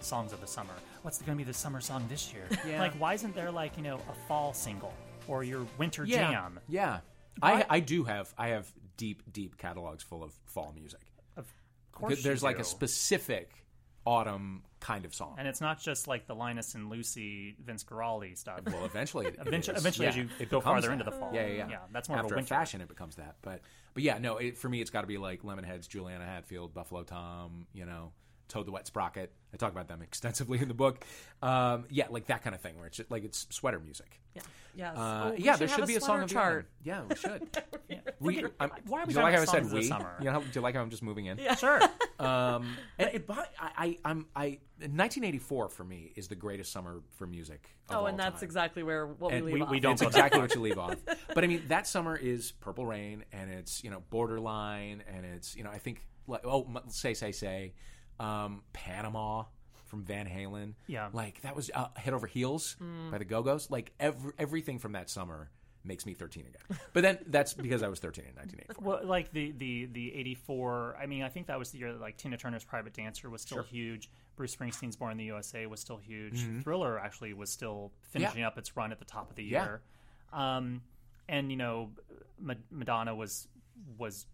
[SPEAKER 1] songs of the summer what's going to be the summer song this year
[SPEAKER 2] Yeah.
[SPEAKER 1] like why isn't there like you know a fall single or your winter jam
[SPEAKER 3] Yeah. I, I do have I have deep deep catalogs full of fall music.
[SPEAKER 1] of course
[SPEAKER 3] There's
[SPEAKER 1] you
[SPEAKER 3] like
[SPEAKER 1] do.
[SPEAKER 3] a specific autumn kind of song.
[SPEAKER 1] and it's not just like the linus and lucy vince Guaraldi stuff
[SPEAKER 3] well, eventually, it
[SPEAKER 1] Eventu-
[SPEAKER 3] is.
[SPEAKER 1] eventually as you go
[SPEAKER 3] becomes
[SPEAKER 1] farther
[SPEAKER 3] that.
[SPEAKER 1] into the fall.
[SPEAKER 3] Yeah, yeah, yeah.
[SPEAKER 1] Yeah, that's more of a
[SPEAKER 3] after
[SPEAKER 1] winter.
[SPEAKER 3] fashion. It becomes that, but but yeah, no. It, for me, it's got to be like Lemonheads, Juliana Hatfield, Buffalo Tom. You know, Toad the Wet Sprocket. I talk about them [LAUGHS] extensively in the book. Um, yeah, like that kind of thing where it's just, like it's sweater music. Yeah,
[SPEAKER 2] Yes.
[SPEAKER 3] uh,
[SPEAKER 2] Oh, we
[SPEAKER 3] yeah. There
[SPEAKER 2] have
[SPEAKER 3] should be a song
[SPEAKER 2] sweater
[SPEAKER 3] of the
[SPEAKER 2] chart.
[SPEAKER 3] autumn. Yeah,
[SPEAKER 2] [LAUGHS]
[SPEAKER 3] we should.
[SPEAKER 1] Look
[SPEAKER 3] we,
[SPEAKER 1] at-
[SPEAKER 3] I'm,
[SPEAKER 1] why are we
[SPEAKER 3] do
[SPEAKER 1] talking
[SPEAKER 3] you like how I
[SPEAKER 1] about
[SPEAKER 3] said
[SPEAKER 1] songs of the
[SPEAKER 3] we?
[SPEAKER 1] summer?
[SPEAKER 3] You know, how- do you like how I'm just
[SPEAKER 2] [LAUGHS]
[SPEAKER 3] moving in?
[SPEAKER 1] sure
[SPEAKER 3] Um, and it, but I, I, I'm, I, 1984 for me is the greatest summer for music. Of
[SPEAKER 2] Oh,
[SPEAKER 3] all
[SPEAKER 2] and that's
[SPEAKER 3] time.
[SPEAKER 2] exactly where what
[SPEAKER 3] And
[SPEAKER 2] we leave
[SPEAKER 1] we-
[SPEAKER 2] off.
[SPEAKER 1] we don't
[SPEAKER 3] It's
[SPEAKER 1] go that
[SPEAKER 3] exactly what you leave off. [LAUGHS] But I mean, that summer is Purple Rain, and it's you know Borderline, and it's you know I think like oh m- say say say, um, Panama from Van Halen.
[SPEAKER 1] Yeah.
[SPEAKER 3] like that was uh, Head Over Heels by the Go Go's. Like every, everything from that summer makes me 13 again. But then that's because I was 13 in 1984.
[SPEAKER 1] Well, like the the the '84. I mean, I think that was the year that like Tina Turner's Private Dancer was still huge. Bruce Springsteen's Born in the USA was still huge.
[SPEAKER 3] Mm-hmm.
[SPEAKER 1] Thriller actually was still finishing up its run at the top of the
[SPEAKER 3] Yeah.
[SPEAKER 1] year. Um, and you know, Ma- Madonna was was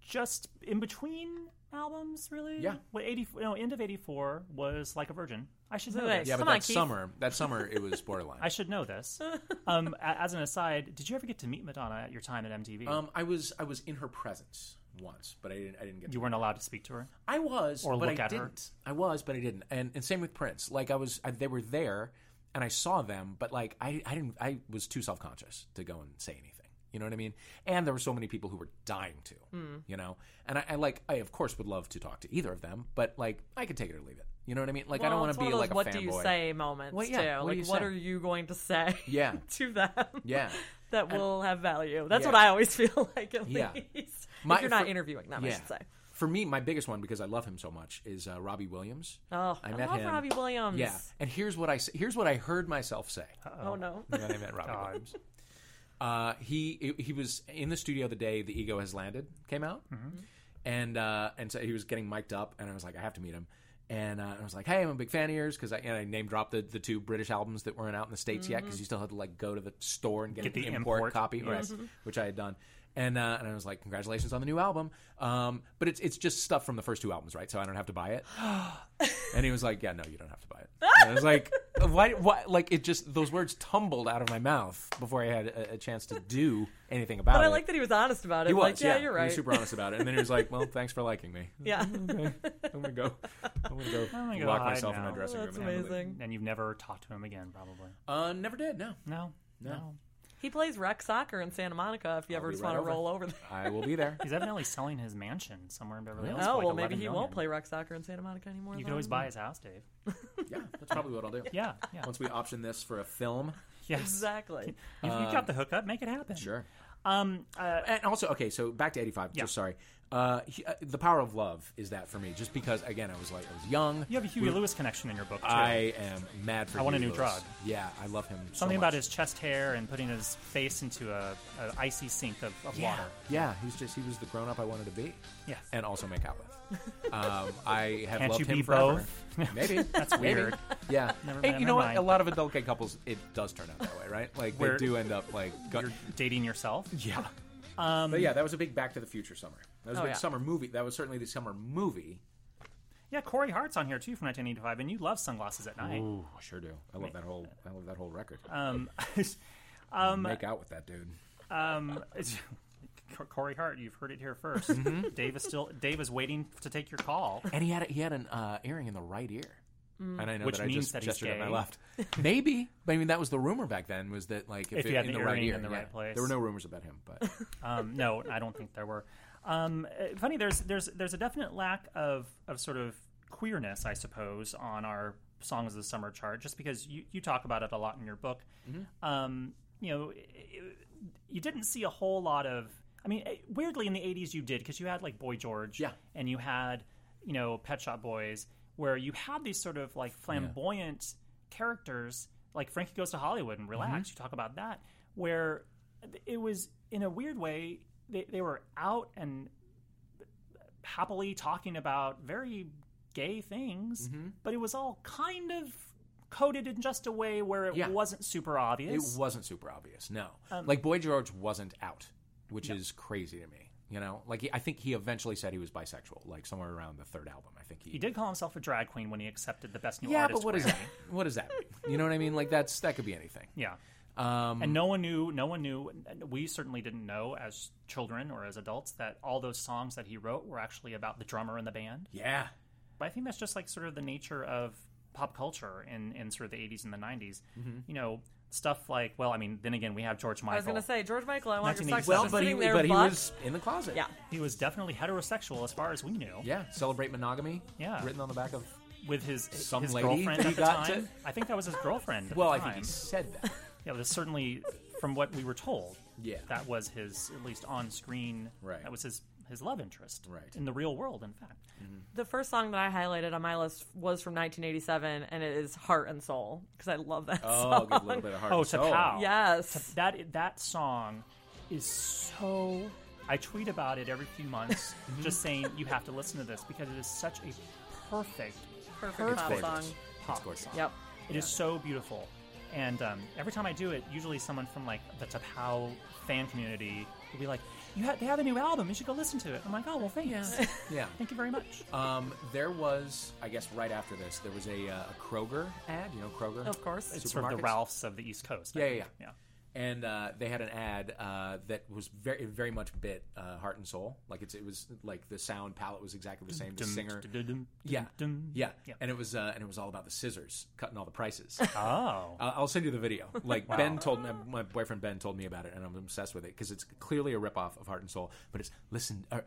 [SPEAKER 1] just in between albums, really.
[SPEAKER 3] Yeah.
[SPEAKER 1] What eighty? No, end of '84 was Like a Virgin. I should know
[SPEAKER 2] Nice.
[SPEAKER 1] this.
[SPEAKER 3] Yeah, but
[SPEAKER 2] Come on,
[SPEAKER 3] that
[SPEAKER 2] Keith.
[SPEAKER 3] summer, that summer it was Borderline.
[SPEAKER 1] I should know this. Um, a- as an aside, did you ever get to meet Madonna at your time at MTV?
[SPEAKER 3] Um, I was I was in her presence once, but I didn't I didn't get.
[SPEAKER 1] you weren't allowed to speak to her.
[SPEAKER 3] I was,
[SPEAKER 1] Or
[SPEAKER 3] but
[SPEAKER 1] look
[SPEAKER 3] I
[SPEAKER 1] at her.
[SPEAKER 3] didn't. I was, but I didn't. And and same with Prince. Like I was, I, they were there, and I saw them, but like I I didn't. I was too self conscious to go and say anything. You know what I mean? And there were so many people who were dying to.
[SPEAKER 2] Hmm.
[SPEAKER 3] You know, and I, I like I of course would love to talk to either of them, but like I could take it or leave it. You know what I mean? Like I don't
[SPEAKER 2] Well,
[SPEAKER 3] want
[SPEAKER 2] it's
[SPEAKER 3] to
[SPEAKER 2] one
[SPEAKER 3] be
[SPEAKER 2] of those
[SPEAKER 3] like a
[SPEAKER 2] what
[SPEAKER 3] fanboy.
[SPEAKER 2] do you say moments
[SPEAKER 3] Well, yeah,
[SPEAKER 2] too.
[SPEAKER 3] what do
[SPEAKER 2] like
[SPEAKER 3] you
[SPEAKER 2] what
[SPEAKER 3] say?
[SPEAKER 2] are you going to say [LAUGHS]
[SPEAKER 3] Yeah.
[SPEAKER 2] to them?
[SPEAKER 3] Yeah.
[SPEAKER 2] [LAUGHS] that will have value. That's
[SPEAKER 3] Yeah.
[SPEAKER 2] what I always [LAUGHS] feel like at
[SPEAKER 3] Yeah.
[SPEAKER 2] least.
[SPEAKER 3] My-
[SPEAKER 2] if you're not
[SPEAKER 3] for-
[SPEAKER 2] interviewing them, I should say.
[SPEAKER 3] For me, my biggest one because I love him so much is uh, Robbie Williams.
[SPEAKER 2] Oh, I love Robbie Williams.
[SPEAKER 3] Yeah, and here's what I s- here's what I heard myself say.
[SPEAKER 2] Oh, no.
[SPEAKER 3] when I met Robbie Williams. Uh, he he was in the studio the day the ego has landed came out, and uh, and so he was getting mic'd up, and I was like, I have to meet him, and uh, I was like, Hey, I'm a big fan of yours because I and I name dropped the, the two British albums that weren't out in the states yet 'cause yet because you still had to like go to the store and Mm-hmm. get,
[SPEAKER 1] Get
[SPEAKER 3] the
[SPEAKER 1] the
[SPEAKER 3] import, Mm-hmm.
[SPEAKER 1] import,
[SPEAKER 3] copy,
[SPEAKER 1] yes.
[SPEAKER 3] right, which I had done, And uh, and I was like, congratulations on the new album. Um, but it's it's just stuff from the first two albums, right? So I don't have to buy it. and he was like, yeah, no, you don't have
[SPEAKER 2] [LAUGHS]
[SPEAKER 3] to buy it. And I was like, why? Why? Like it just those words tumbled out of my mouth before I had a, a chance to do anything about
[SPEAKER 2] [LAUGHS] But
[SPEAKER 3] it.
[SPEAKER 2] I like that he was honest about it.
[SPEAKER 3] He was,
[SPEAKER 2] like, yeah, you're
[SPEAKER 3] He
[SPEAKER 2] right.
[SPEAKER 3] was super honest about it. And then he was like, well, thanks for liking me.
[SPEAKER 2] [LAUGHS]
[SPEAKER 3] [LAUGHS]
[SPEAKER 2] yeah. Oh
[SPEAKER 3] I'm gonna go. I'm gonna
[SPEAKER 2] [LAUGHS]
[SPEAKER 3] go
[SPEAKER 1] gonna
[SPEAKER 3] lock
[SPEAKER 1] hide
[SPEAKER 3] myself in
[SPEAKER 1] now.
[SPEAKER 3] my dressing
[SPEAKER 2] That's
[SPEAKER 3] room. and have a
[SPEAKER 2] amazing.
[SPEAKER 1] And you've never talked to him again, probably.
[SPEAKER 3] leak. Uh, never did. No,
[SPEAKER 1] No, no.
[SPEAKER 2] He plays rec soccer in Santa Monica if you ever
[SPEAKER 3] be
[SPEAKER 2] just
[SPEAKER 3] right
[SPEAKER 2] want to
[SPEAKER 3] over.
[SPEAKER 2] roll over there.
[SPEAKER 3] I will be
[SPEAKER 2] [LAUGHS]
[SPEAKER 3] there.
[SPEAKER 1] He's evidently selling his mansion somewhere in Beverly Hills. for
[SPEAKER 2] Oh,
[SPEAKER 1] like
[SPEAKER 2] well, maybe
[SPEAKER 1] 11
[SPEAKER 2] he
[SPEAKER 1] million.
[SPEAKER 2] won't play rec soccer in Santa Monica anymore.
[SPEAKER 1] You
[SPEAKER 2] then.
[SPEAKER 1] could always buy his house, Dave.
[SPEAKER 3] [LAUGHS] Yeah, that's probably what I'll do.
[SPEAKER 1] Yeah, yeah.
[SPEAKER 3] Once we option this for a film,
[SPEAKER 1] Yes.
[SPEAKER 2] [LAUGHS] Exactly.
[SPEAKER 1] If [LAUGHS] you got the hookup, make it happen.
[SPEAKER 3] Uh, sure.
[SPEAKER 1] Um, uh,
[SPEAKER 3] And also, okay, so back to '85.
[SPEAKER 1] Yeah.
[SPEAKER 3] Just sorry. Uh, he, uh, the power of love is that for me, just because again, I was like, I was young.
[SPEAKER 1] you have a Huey Lewis connection in your book, too.
[SPEAKER 3] I am mad for.
[SPEAKER 1] I want a
[SPEAKER 3] Huey
[SPEAKER 1] new
[SPEAKER 3] Lewis.
[SPEAKER 1] drug.
[SPEAKER 3] Yeah, I love him. so
[SPEAKER 1] Something about
[SPEAKER 3] much.
[SPEAKER 1] his chest hair and putting his face into a, a icy sink of, of water.
[SPEAKER 3] Yeah, he's just he was the grown up I wanted to be.
[SPEAKER 1] Yes.
[SPEAKER 3] and also make out
[SPEAKER 1] [LAUGHS]
[SPEAKER 3] with. Um, I have
[SPEAKER 1] Can't
[SPEAKER 3] loved
[SPEAKER 1] you
[SPEAKER 3] him
[SPEAKER 1] be
[SPEAKER 3] forever.
[SPEAKER 1] [LAUGHS]
[SPEAKER 3] Maybe
[SPEAKER 1] That's
[SPEAKER 3] Maybe.
[SPEAKER 1] weird.
[SPEAKER 3] Yeah,
[SPEAKER 1] Never
[SPEAKER 3] Hey,
[SPEAKER 1] mind,
[SPEAKER 3] you know
[SPEAKER 1] never
[SPEAKER 3] what? A
[SPEAKER 1] mind.
[SPEAKER 3] lot of adult gay couples, it does turn out that way, right? Like
[SPEAKER 1] Where-
[SPEAKER 3] they do end up like. go-
[SPEAKER 1] You're dating yourself.
[SPEAKER 3] yeah. but yeah, that was a big Back to the Future summer. That was a
[SPEAKER 2] Oh,
[SPEAKER 3] big
[SPEAKER 2] yeah.
[SPEAKER 3] summer movie. That was certainly the summer movie.
[SPEAKER 1] Yeah, Corey Hart's on here too from 1985, and you love sunglasses at night.
[SPEAKER 3] Ooh, I sure do. I love that whole. I love that whole record. [LAUGHS]
[SPEAKER 1] Um,
[SPEAKER 3] make out with that dude.
[SPEAKER 1] um, it's- [LAUGHS] Co- Corey Hart, you've heard it here 1st Dave is still Dave is waiting to take your call.
[SPEAKER 3] And he had a, he had an uh, earring in the right ear. And I know
[SPEAKER 1] Which
[SPEAKER 3] that I
[SPEAKER 1] means
[SPEAKER 3] just
[SPEAKER 1] that he's
[SPEAKER 3] gestured at my
[SPEAKER 1] gay. [LAUGHS]
[SPEAKER 3] left. Maybe, but I mean that was the rumor back then was that like if,
[SPEAKER 1] If
[SPEAKER 3] it,
[SPEAKER 1] you had
[SPEAKER 3] in
[SPEAKER 1] the
[SPEAKER 3] the right
[SPEAKER 1] earring
[SPEAKER 3] ear,
[SPEAKER 1] in the
[SPEAKER 3] yeah.
[SPEAKER 1] right place.
[SPEAKER 3] There were no rumors about him, [LAUGHS] but
[SPEAKER 1] Um, no, I don't think there were. Um, uh, funny, there's there's there's a definite lack of of sort of queerness, I suppose, on our songs of the summer chart, just because you you talk about it a lot in your book. Um, you know, i- i- you didn't see a whole lot of. I mean, eh, weirdly, in the '80s, you did because you had like Boy George,
[SPEAKER 3] Yeah.
[SPEAKER 1] and you had you know Pet Shop Boys, where you had these sort of like flamboyant characters, like Frankie Goes to Hollywood and Relax.
[SPEAKER 3] Mm-hmm.
[SPEAKER 1] You talk about that, where it was in a weird way they, they were out and happily talking about very gay things,
[SPEAKER 3] Mm-hmm.
[SPEAKER 1] but it was all kind of coded in just a way where it
[SPEAKER 3] Yeah.
[SPEAKER 1] wasn't super
[SPEAKER 3] it
[SPEAKER 1] obvious.
[SPEAKER 3] wasn't super obvious. No, like Boy George wasn't out, which is crazy to me. You know, like he, I think he eventually said he was bisexual, like somewhere around the third album. I think he,
[SPEAKER 1] he did call himself a drag queen when he accepted the best new
[SPEAKER 3] Yeah,
[SPEAKER 1] artist.
[SPEAKER 3] but what is
[SPEAKER 1] Grammy.
[SPEAKER 3] that? What does that mean? You know what I mean? Like that's that could be anything.
[SPEAKER 1] Yeah.
[SPEAKER 3] Um,
[SPEAKER 1] And no one knew. No one knew. and We certainly didn't know as children or as adults that all those songs that he wrote were actually about the drummer in the band.
[SPEAKER 3] yeah,
[SPEAKER 1] But I think that's just like sort of the nature of pop culture in, in sort of the 80s and the 90s.
[SPEAKER 3] Mm-hmm.
[SPEAKER 1] You know, stuff like, well, I mean, then again, we have George Michael.
[SPEAKER 2] I was going to say, George Michael, I want your sex
[SPEAKER 1] 1987.
[SPEAKER 2] well,
[SPEAKER 1] Well,
[SPEAKER 2] but
[SPEAKER 1] but
[SPEAKER 2] sitting there,
[SPEAKER 3] but he
[SPEAKER 2] Buck.
[SPEAKER 3] was in the closet.
[SPEAKER 2] Yeah.
[SPEAKER 1] He was definitely heterosexual as far as we knew.
[SPEAKER 3] yeah. Celebrate monogamy.
[SPEAKER 1] Yeah.
[SPEAKER 3] written on the back of.
[SPEAKER 1] With his,
[SPEAKER 3] Some
[SPEAKER 1] his
[SPEAKER 3] lady
[SPEAKER 1] girlfriend
[SPEAKER 3] he
[SPEAKER 1] at the
[SPEAKER 3] got
[SPEAKER 1] time.
[SPEAKER 3] to-
[SPEAKER 1] I think that was his girlfriend. At
[SPEAKER 3] Well,
[SPEAKER 1] the
[SPEAKER 3] I
[SPEAKER 1] time.
[SPEAKER 3] think he said that.
[SPEAKER 1] Yeah, but certainly from what we were told.
[SPEAKER 3] Yeah.
[SPEAKER 1] That was his, at least on screen,
[SPEAKER 3] Right.
[SPEAKER 1] that was his, his love interest.
[SPEAKER 3] Right.
[SPEAKER 1] In the real world, in fact.
[SPEAKER 2] The first song that I highlighted on my list was from 1987, and it is Heart and Soul because I love that
[SPEAKER 3] [LAUGHS] Oh,
[SPEAKER 2] song.
[SPEAKER 3] give a little bit of heart.
[SPEAKER 1] Oh,
[SPEAKER 3] and
[SPEAKER 1] to
[SPEAKER 3] soul.
[SPEAKER 1] Pow.
[SPEAKER 2] [LAUGHS] Yes.
[SPEAKER 1] that that song is so I tweet about it every few
[SPEAKER 3] [LAUGHS]
[SPEAKER 1] months just
[SPEAKER 3] Mm-hmm.
[SPEAKER 1] saying you have to listen to this because it is such a perfect
[SPEAKER 2] Perfect pop
[SPEAKER 3] gorgeous.
[SPEAKER 2] song.
[SPEAKER 1] pop
[SPEAKER 3] gorgeous.
[SPEAKER 1] song.
[SPEAKER 2] Yep.
[SPEAKER 1] It is so beautiful. And um, every time I do it, usually someone from like the Tapao fan community will be like, "You have, they have a new album. You should go listen to it." I'm like, "Oh well, thanks.
[SPEAKER 3] Yeah.
[SPEAKER 1] Thank you very
[SPEAKER 2] [LAUGHS]
[SPEAKER 1] much."
[SPEAKER 3] Um, there was, I guess, right after this, there was a, uh, a Kroger ad. You know Kroger,
[SPEAKER 2] Of course.
[SPEAKER 1] it's sort of
[SPEAKER 3] supermarkets?
[SPEAKER 1] the Ralphs of the East Coast. I
[SPEAKER 3] Yeah, yeah,
[SPEAKER 1] think.
[SPEAKER 3] yeah. and uh, they had an ad uh, that was very, very much bit uh, heart and soul. Like it's, it was like the sound palette was exactly the same. The singer,
[SPEAKER 1] Dum-dum-dum-dum-dum.
[SPEAKER 3] yeah, yeah,
[SPEAKER 1] Yeah.
[SPEAKER 3] and it was, uh, and it was all about the scissors cutting all
[SPEAKER 1] [LAUGHS]
[SPEAKER 3] the prices.
[SPEAKER 1] Oh,
[SPEAKER 3] I'll I'll send you
[SPEAKER 2] [LAUGHS]
[SPEAKER 3] the video. Like Ben told me, my boyfriend Ben told me about it, and I'm obsessed with it because it's clearly a ripoff of Heart and Soul. But it's listen, er,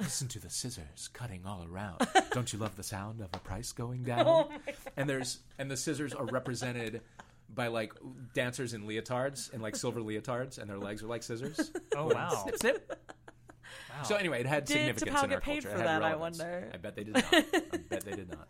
[SPEAKER 3] listen to the scissors cutting all
[SPEAKER 2] [LAUGHS]
[SPEAKER 3] around. Don't you love the sound of a price going down?
[SPEAKER 2] Oh
[SPEAKER 3] and there's and the scissors are represented by like dancers in leotards and like silver leotards, and their legs are like scissors.
[SPEAKER 1] oh
[SPEAKER 3] Going
[SPEAKER 1] wow.
[SPEAKER 3] Snip, snip. So anyway, it had
[SPEAKER 2] Did
[SPEAKER 3] significance
[SPEAKER 2] Tapao
[SPEAKER 3] in our
[SPEAKER 2] get paid
[SPEAKER 3] culture.
[SPEAKER 2] for
[SPEAKER 3] it
[SPEAKER 2] that,
[SPEAKER 3] had
[SPEAKER 2] I
[SPEAKER 3] relevance.
[SPEAKER 2] wonder?
[SPEAKER 3] I bet they did not. I bet they did not.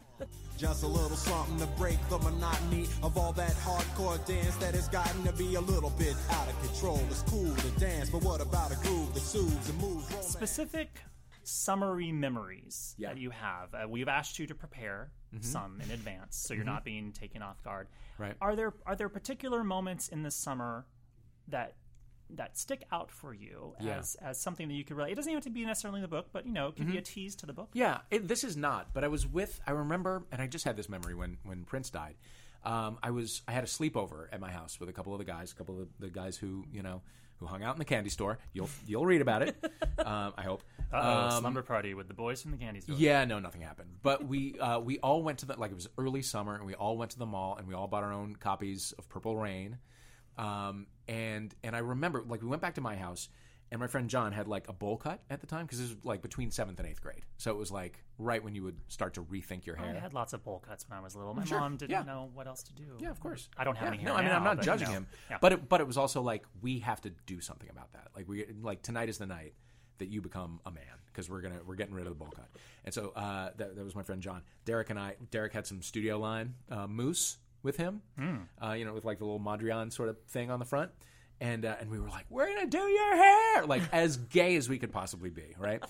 [SPEAKER 5] Just a little something to break the monotony of all that hardcore dance that has gotten to be a little bit out of control. It's cool to dance, but what about a groove that soothes and moves? romance?
[SPEAKER 1] specific summary memories
[SPEAKER 3] Yeah. Mm-hmm.
[SPEAKER 1] that you have. Uh, we've asked you to prepare some in advance, so you're not being taken off guard.
[SPEAKER 3] Right.
[SPEAKER 1] Are there are there particular moments in the summer that that stick out for you
[SPEAKER 3] Yeah. Mm-hmm.
[SPEAKER 1] as as something that you could relate. It doesn't even have to be necessarily in the book, but you know, it could be a tease to the book.
[SPEAKER 3] Yeah, it, this is not. But I was with. I remember, and I just had this memory when when Prince died. Um, I was. I had a sleepover at my house with a couple of the guys, a couple of the guys who you know who hung out in the candy store. You'll you'll read about it. um, I hope. Um,
[SPEAKER 1] Uh-oh, Uh, slumber party with the boys from the candy store.
[SPEAKER 3] Yeah, no, nothing happened. But we uh, we all went to the like it was early summer, and we all went to the mall, and we all bought our own copies of Purple Rain. Um, and and I remember like we went back to my house, and my friend John had like a bowl cut at the time because this was like between seventh and eighth grade, so it was like right when you would start to rethink your
[SPEAKER 1] I
[SPEAKER 3] hair.
[SPEAKER 1] had lots of bowl cuts when I was little. My
[SPEAKER 3] Sure,
[SPEAKER 1] mom didn't
[SPEAKER 3] yeah.
[SPEAKER 1] know what else to do.
[SPEAKER 3] yeah, of course.
[SPEAKER 1] I don't have
[SPEAKER 3] Yeah,
[SPEAKER 1] any hair.
[SPEAKER 3] No, I mean I'm
[SPEAKER 1] now,
[SPEAKER 3] not
[SPEAKER 1] but,
[SPEAKER 3] judging
[SPEAKER 1] you know.
[SPEAKER 3] him,
[SPEAKER 1] Yeah.
[SPEAKER 3] but it, but it was also like we have to do something about that. Like we like tonight is the night that you become a man because we're gonna we're getting rid of the bowl cut. And so uh, that, that was my friend John. Derek and I. Derek had some studio line uh, moose with him.
[SPEAKER 1] Hmm.
[SPEAKER 3] Uh, you know, with like the little Mondrian sort of thing on the front. And, uh, and we were like, we're gonna do your
[SPEAKER 1] [LAUGHS]
[SPEAKER 3] hair like as gay as we could possibly be, right?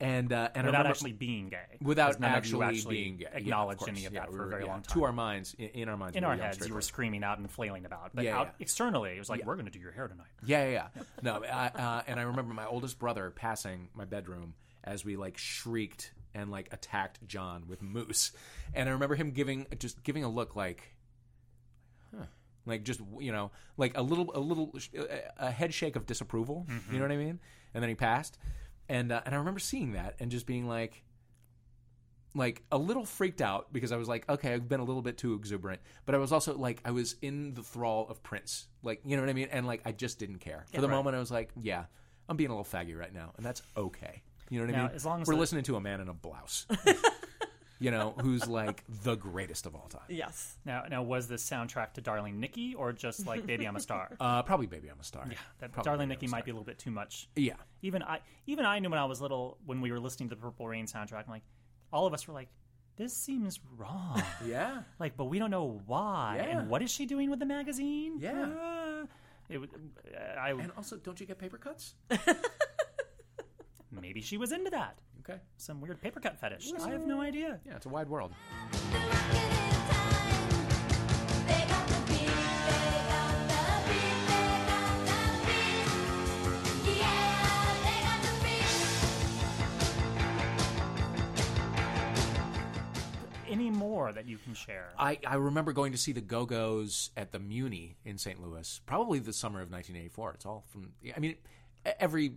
[SPEAKER 3] And uh, and
[SPEAKER 1] without
[SPEAKER 3] I remember-
[SPEAKER 1] actually being gay,
[SPEAKER 3] without
[SPEAKER 1] 'Cause none of you
[SPEAKER 3] actually,
[SPEAKER 1] actually
[SPEAKER 3] being gay. Yeah, of
[SPEAKER 1] acknowledged any
[SPEAKER 3] course.
[SPEAKER 1] of
[SPEAKER 3] Yeah,
[SPEAKER 1] that
[SPEAKER 3] we
[SPEAKER 1] for a
[SPEAKER 3] were-
[SPEAKER 1] very
[SPEAKER 3] yeah,
[SPEAKER 1] long time.
[SPEAKER 3] To our minds, in, in our minds,
[SPEAKER 1] in
[SPEAKER 3] we
[SPEAKER 1] our
[SPEAKER 3] young
[SPEAKER 1] heads,
[SPEAKER 3] straight
[SPEAKER 1] you were
[SPEAKER 3] boys.
[SPEAKER 1] screaming out and flailing about, but
[SPEAKER 3] Yeah,
[SPEAKER 1] out
[SPEAKER 3] yeah.
[SPEAKER 1] externally, it was like, "We're going to do your hair tonight."
[SPEAKER 3] Yeah, yeah, yeah. No, I, uh, and I remember my oldest brother passing my bedroom as we like shrieked and like attacked John with moose, and I remember him giving just giving a look like, huh, like just you know, like a little a little sh- a- a head shake of disapproval.
[SPEAKER 1] Mm-hmm.
[SPEAKER 3] You know what I mean? And then he passed, and uh, and I remember seeing that and just being like. Like a little freaked out because I was like, okay, I've been a little bit too exuberant, but I was also like, I was in the thrall of Prince, like you know what I mean, and like I just didn't care for the moment. I was like, yeah, I'm being a little faggy right now, and that's okay. You know what I
[SPEAKER 1] Now,
[SPEAKER 3] mean?
[SPEAKER 1] as long as
[SPEAKER 3] we're
[SPEAKER 1] the-
[SPEAKER 3] listening to a man in
[SPEAKER 1] [LAUGHS]
[SPEAKER 3] a blouse, you know, who's like the greatest of all time.
[SPEAKER 2] Yes.
[SPEAKER 1] Now, now was this soundtrack to "Darling Nikki" or just like "Baby I'm a
[SPEAKER 3] [LAUGHS]
[SPEAKER 1] Star"?
[SPEAKER 3] Uh, probably Baby I'm a Star. Yeah,
[SPEAKER 1] that "Darling Nikki" might be a little bit too much.
[SPEAKER 3] Yeah.
[SPEAKER 1] Even I, even I knew when I was little when we were listening to the Purple Rain soundtrack, I'm like all of us were like, "This seems
[SPEAKER 3] [LAUGHS]
[SPEAKER 1] wrong."
[SPEAKER 3] Yeah.
[SPEAKER 1] like, but we don't know why
[SPEAKER 3] Yeah.
[SPEAKER 1] and what is she doing with the magazine?
[SPEAKER 3] Yeah.
[SPEAKER 1] Uh, it, was- I
[SPEAKER 3] And also, don't you get paper cuts?
[SPEAKER 1] maybe she was into that.
[SPEAKER 3] Okay.
[SPEAKER 1] Some weird paper cut fetish. I have no idea.
[SPEAKER 3] Yeah, it's a wide world.
[SPEAKER 1] Any more that you can share?
[SPEAKER 3] I, I remember going to see the Go Go's at the Muni in St. Louis, probably the summer of 1984. It's all from, I mean, e- every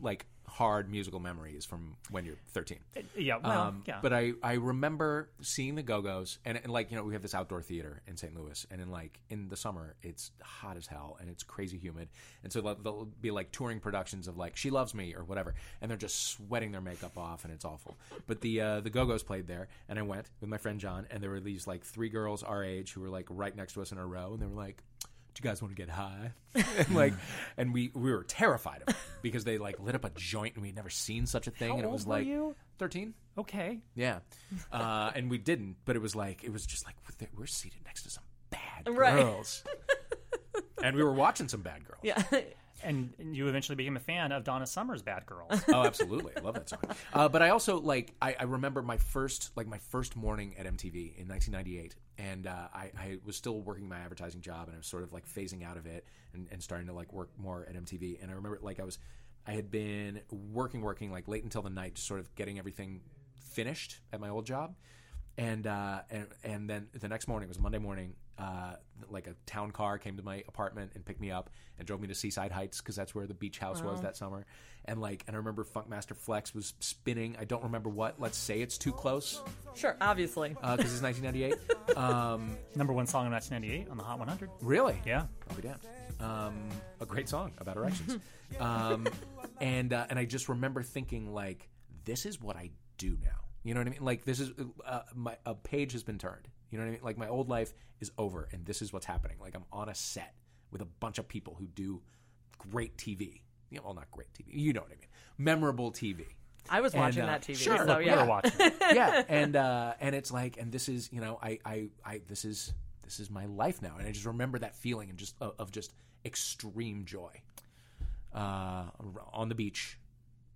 [SPEAKER 3] like hard musical memory is from when you're 13.
[SPEAKER 1] yeah, well,
[SPEAKER 3] Um,
[SPEAKER 1] yeah.
[SPEAKER 3] But I, I remember seeing the Go Go's, and, and like, you know, we have this outdoor theater in St. Louis, and in like, in the summer, it's hot as hell and it's crazy humid. And so they'll- there'll be like touring productions of like, She Loves Me or whatever, and they're just sweating their makeup off, and it's awful. But the, uh, the Go Go's played there, and I went with my friend John, and there were these like three girls our age who were like right next to us in a row, and they were like, do you guys want to get high? [LAUGHS]
[SPEAKER 1] [LAUGHS]
[SPEAKER 3] and like, and we we were terrified of it because they like lit up a joint and we'd never seen such a thing.
[SPEAKER 1] How
[SPEAKER 3] and it
[SPEAKER 1] old
[SPEAKER 3] was
[SPEAKER 1] were
[SPEAKER 3] like
[SPEAKER 1] you?
[SPEAKER 3] thirteen.
[SPEAKER 1] okay.
[SPEAKER 3] Yeah, uh, and we didn't, but it was like it was just like we're th- we're seated next to some bad
[SPEAKER 2] Right. [LAUGHS]
[SPEAKER 3] girls, and we were watching some bad girls.
[SPEAKER 2] Yeah.
[SPEAKER 1] And and you eventually became a fan of Donna Summer's Bad Girls.
[SPEAKER 3] [LAUGHS] Oh, absolutely, I love that song. Uh, but I also like I, I remember my first like my first morning at MTV in 1998, and uh, I, I was still working my advertising job, and I was sort of like phasing out of it and, and starting to like work more at MTV. And I remember like I was I had been working working like late until the night, just sort of getting everything finished at my old job. And, uh, and and then the next morning it was Monday morning. Uh, like a town car came to my apartment and picked me up and drove me to Seaside Heights because that's where the beach house was that summer. And like, and I remember Funkmaster Flex was spinning. I don't remember what. Let's say it's too close
[SPEAKER 2] Sure. Obviously.
[SPEAKER 3] because it's 1998. um,
[SPEAKER 1] Number one song in 1998 on the Hot 100.
[SPEAKER 3] really?
[SPEAKER 1] Yeah.
[SPEAKER 3] I'll be damned. Um, a great song about erections. um, and uh, and I just remember thinking like, this is what I do now. You know what I mean? Like this is uh, my a page has been turned. You know what I mean? Like my old life is over, and this is what's happening. Like I'm on a set with a bunch of people who do great TV. You know, well, not great TV. You know what I mean? Memorable TV.
[SPEAKER 2] I was
[SPEAKER 3] And,
[SPEAKER 2] watching
[SPEAKER 3] uh,
[SPEAKER 2] that TV.
[SPEAKER 3] sure,
[SPEAKER 2] so
[SPEAKER 3] look, we
[SPEAKER 2] yeah.
[SPEAKER 1] We were watching. [LAUGHS] it.
[SPEAKER 3] yeah, and uh, and it's like, and this is you know, I, I, I this is this is my life now, and I just remember that feeling and just of, of just extreme joy uh, on the beach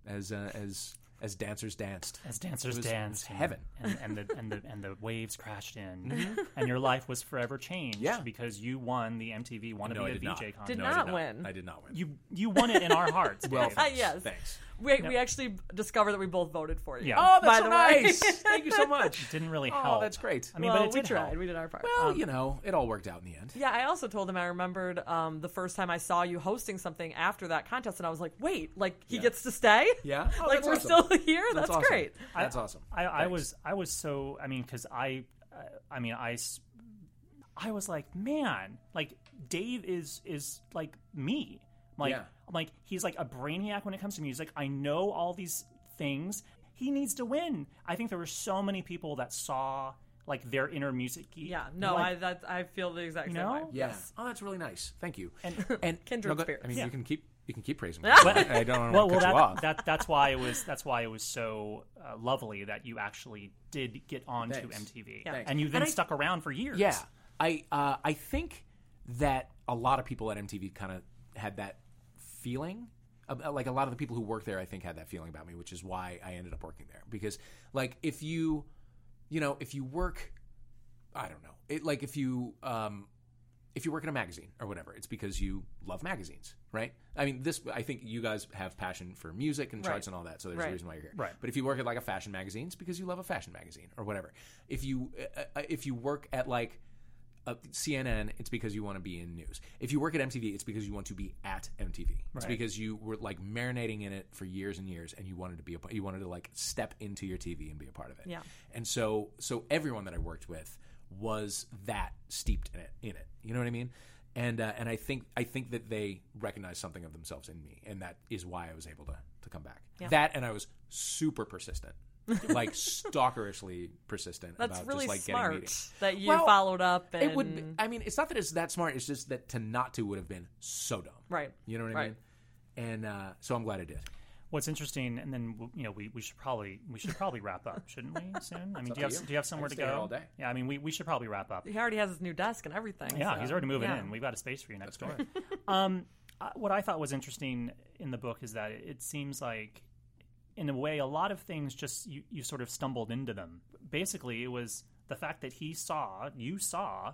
[SPEAKER 3] as uh, as as dancers danced.
[SPEAKER 1] As dancers
[SPEAKER 3] It was- it
[SPEAKER 1] danced,
[SPEAKER 3] was
[SPEAKER 1] and-
[SPEAKER 3] heaven. Mm-hmm.
[SPEAKER 1] and, and the and the and the waves crashed in, and your life was forever changed.
[SPEAKER 3] Yeah.
[SPEAKER 1] because you won the MTV Wanna
[SPEAKER 3] No,
[SPEAKER 1] Be
[SPEAKER 3] I
[SPEAKER 1] a
[SPEAKER 3] did not.
[SPEAKER 1] VJ contest.
[SPEAKER 2] Did
[SPEAKER 3] I
[SPEAKER 2] not win.
[SPEAKER 3] I did not win.
[SPEAKER 1] You you won it in our hearts.
[SPEAKER 3] well,
[SPEAKER 1] Dave.
[SPEAKER 3] thanks.
[SPEAKER 2] Uh, yes.
[SPEAKER 3] Thanks.
[SPEAKER 2] We, we actually discovered that we both voted for you.
[SPEAKER 1] Yeah. Oh,
[SPEAKER 2] by the way.
[SPEAKER 3] Thank
[SPEAKER 2] [LAUGHS]
[SPEAKER 3] you so much.
[SPEAKER 1] it [LAUGHS] didn't really help.
[SPEAKER 3] Oh, that's great.
[SPEAKER 1] I mean,
[SPEAKER 2] well,
[SPEAKER 1] but it
[SPEAKER 2] we
[SPEAKER 1] did
[SPEAKER 2] tried.
[SPEAKER 1] help.
[SPEAKER 2] We did our part.
[SPEAKER 3] well, you know, it all worked out in the end.
[SPEAKER 2] Yeah, I also told him I remembered um, the first time I saw you hosting something after that contest, and I was like, "Wait, like he gets to stay?
[SPEAKER 3] [LAUGHS] Yeah.
[SPEAKER 2] [LAUGHS]
[SPEAKER 3] Oh,
[SPEAKER 2] like
[SPEAKER 3] that's
[SPEAKER 2] we're
[SPEAKER 3] awesome.
[SPEAKER 2] still here? That's,
[SPEAKER 3] awesome.
[SPEAKER 2] great."
[SPEAKER 3] That's awesome.
[SPEAKER 1] I, I
[SPEAKER 3] Thanks.
[SPEAKER 1] was I was so I mean because I uh, I mean I s- I was like man like Dave is is like me like
[SPEAKER 3] Yeah.
[SPEAKER 1] I'm like he's like a brainiac when it comes to music I know all these things he needs to win I think there were so many people that saw like their inner music geek.
[SPEAKER 2] Yeah, no,
[SPEAKER 1] like,
[SPEAKER 2] I that I feel the exact
[SPEAKER 1] You
[SPEAKER 2] same way.
[SPEAKER 1] know?
[SPEAKER 3] Yeah. Oh, that's really nice. Thank you. [LAUGHS] And,
[SPEAKER 1] [LAUGHS]
[SPEAKER 2] Kindred
[SPEAKER 3] go-
[SPEAKER 2] spirits.
[SPEAKER 3] I mean,
[SPEAKER 1] Yeah.
[SPEAKER 3] you can keep you can keep
[SPEAKER 1] [LAUGHS]
[SPEAKER 3] praising me. I I don't want to
[SPEAKER 1] well, well,
[SPEAKER 3] cut
[SPEAKER 1] that,
[SPEAKER 3] you off.
[SPEAKER 1] that that's why it was that's why it was so uh, lovely that you actually did get onto
[SPEAKER 3] Thanks.
[SPEAKER 1] MTV,
[SPEAKER 3] Thanks.
[SPEAKER 1] and you then
[SPEAKER 3] And I-
[SPEAKER 1] stuck around for years.
[SPEAKER 3] Yeah, I uh, I think that a lot of people at MTV kind of had that feeling. Uh, Like a lot of the people who worked there, I think had that feeling about me, which is why I ended up working there. Because like if you, you know, if you work, I don't know, it like if you um, if you work in a magazine or whatever, it's because you love magazines, right? I mean, this I think you guys have passion for music and charts and all that, so there's
[SPEAKER 2] Right.
[SPEAKER 3] a reason why you're here.
[SPEAKER 1] Right.
[SPEAKER 3] But if you work at like a fashion magazine, it's because you love a fashion magazine or whatever. If you uh, uh, if you work at like uh, CNN, it's because you want to be in news. If you work at MTV, it's because you want to be at MTV. It's because you were like marinating in it for years and years, and you wanted to be a pa- you wanted to like step into your TV and be a part of it.
[SPEAKER 2] Yeah.
[SPEAKER 3] And so so everyone that I worked with was that steeped in it in it. You know what I mean? And uh, and I think I think that they recognized something of themselves in me, and that is why I was able to to come back. That and I was super persistent. like [LAUGHS] stalkerishly persistent
[SPEAKER 2] That's
[SPEAKER 3] about
[SPEAKER 2] really
[SPEAKER 3] just like getting
[SPEAKER 2] smart
[SPEAKER 3] meetings.
[SPEAKER 2] that you
[SPEAKER 3] Well,
[SPEAKER 2] followed up. And
[SPEAKER 3] It would. be- I mean, it's not that it's that smart. It's just that to not to would have been so dumb.
[SPEAKER 2] Right.
[SPEAKER 3] You know what
[SPEAKER 2] Right.
[SPEAKER 3] I mean? And uh, so I'm glad I did.
[SPEAKER 1] What's interesting, and then w- you know we, we should probably we should probably wrap up, shouldn't
[SPEAKER 3] [LAUGHS]
[SPEAKER 1] we? Soon. I mean, do you have
[SPEAKER 3] to you.
[SPEAKER 1] do you have
[SPEAKER 3] I
[SPEAKER 1] somewhere
[SPEAKER 3] can
[SPEAKER 1] to
[SPEAKER 3] stay
[SPEAKER 1] go
[SPEAKER 3] here all day.
[SPEAKER 1] Yeah, I mean, we, we should probably wrap up.
[SPEAKER 2] he already has his new desk and everything.
[SPEAKER 1] Yeah,
[SPEAKER 2] so-
[SPEAKER 1] he's already moving
[SPEAKER 2] yeah.
[SPEAKER 1] in. We've got a space for you next door.
[SPEAKER 3] [LAUGHS]
[SPEAKER 1] um, I, what I thought was interesting in the book is that it, it seems like, in a way, a lot of things just you, you sort of stumbled into them. Basically, it was the fact that he saw, you saw,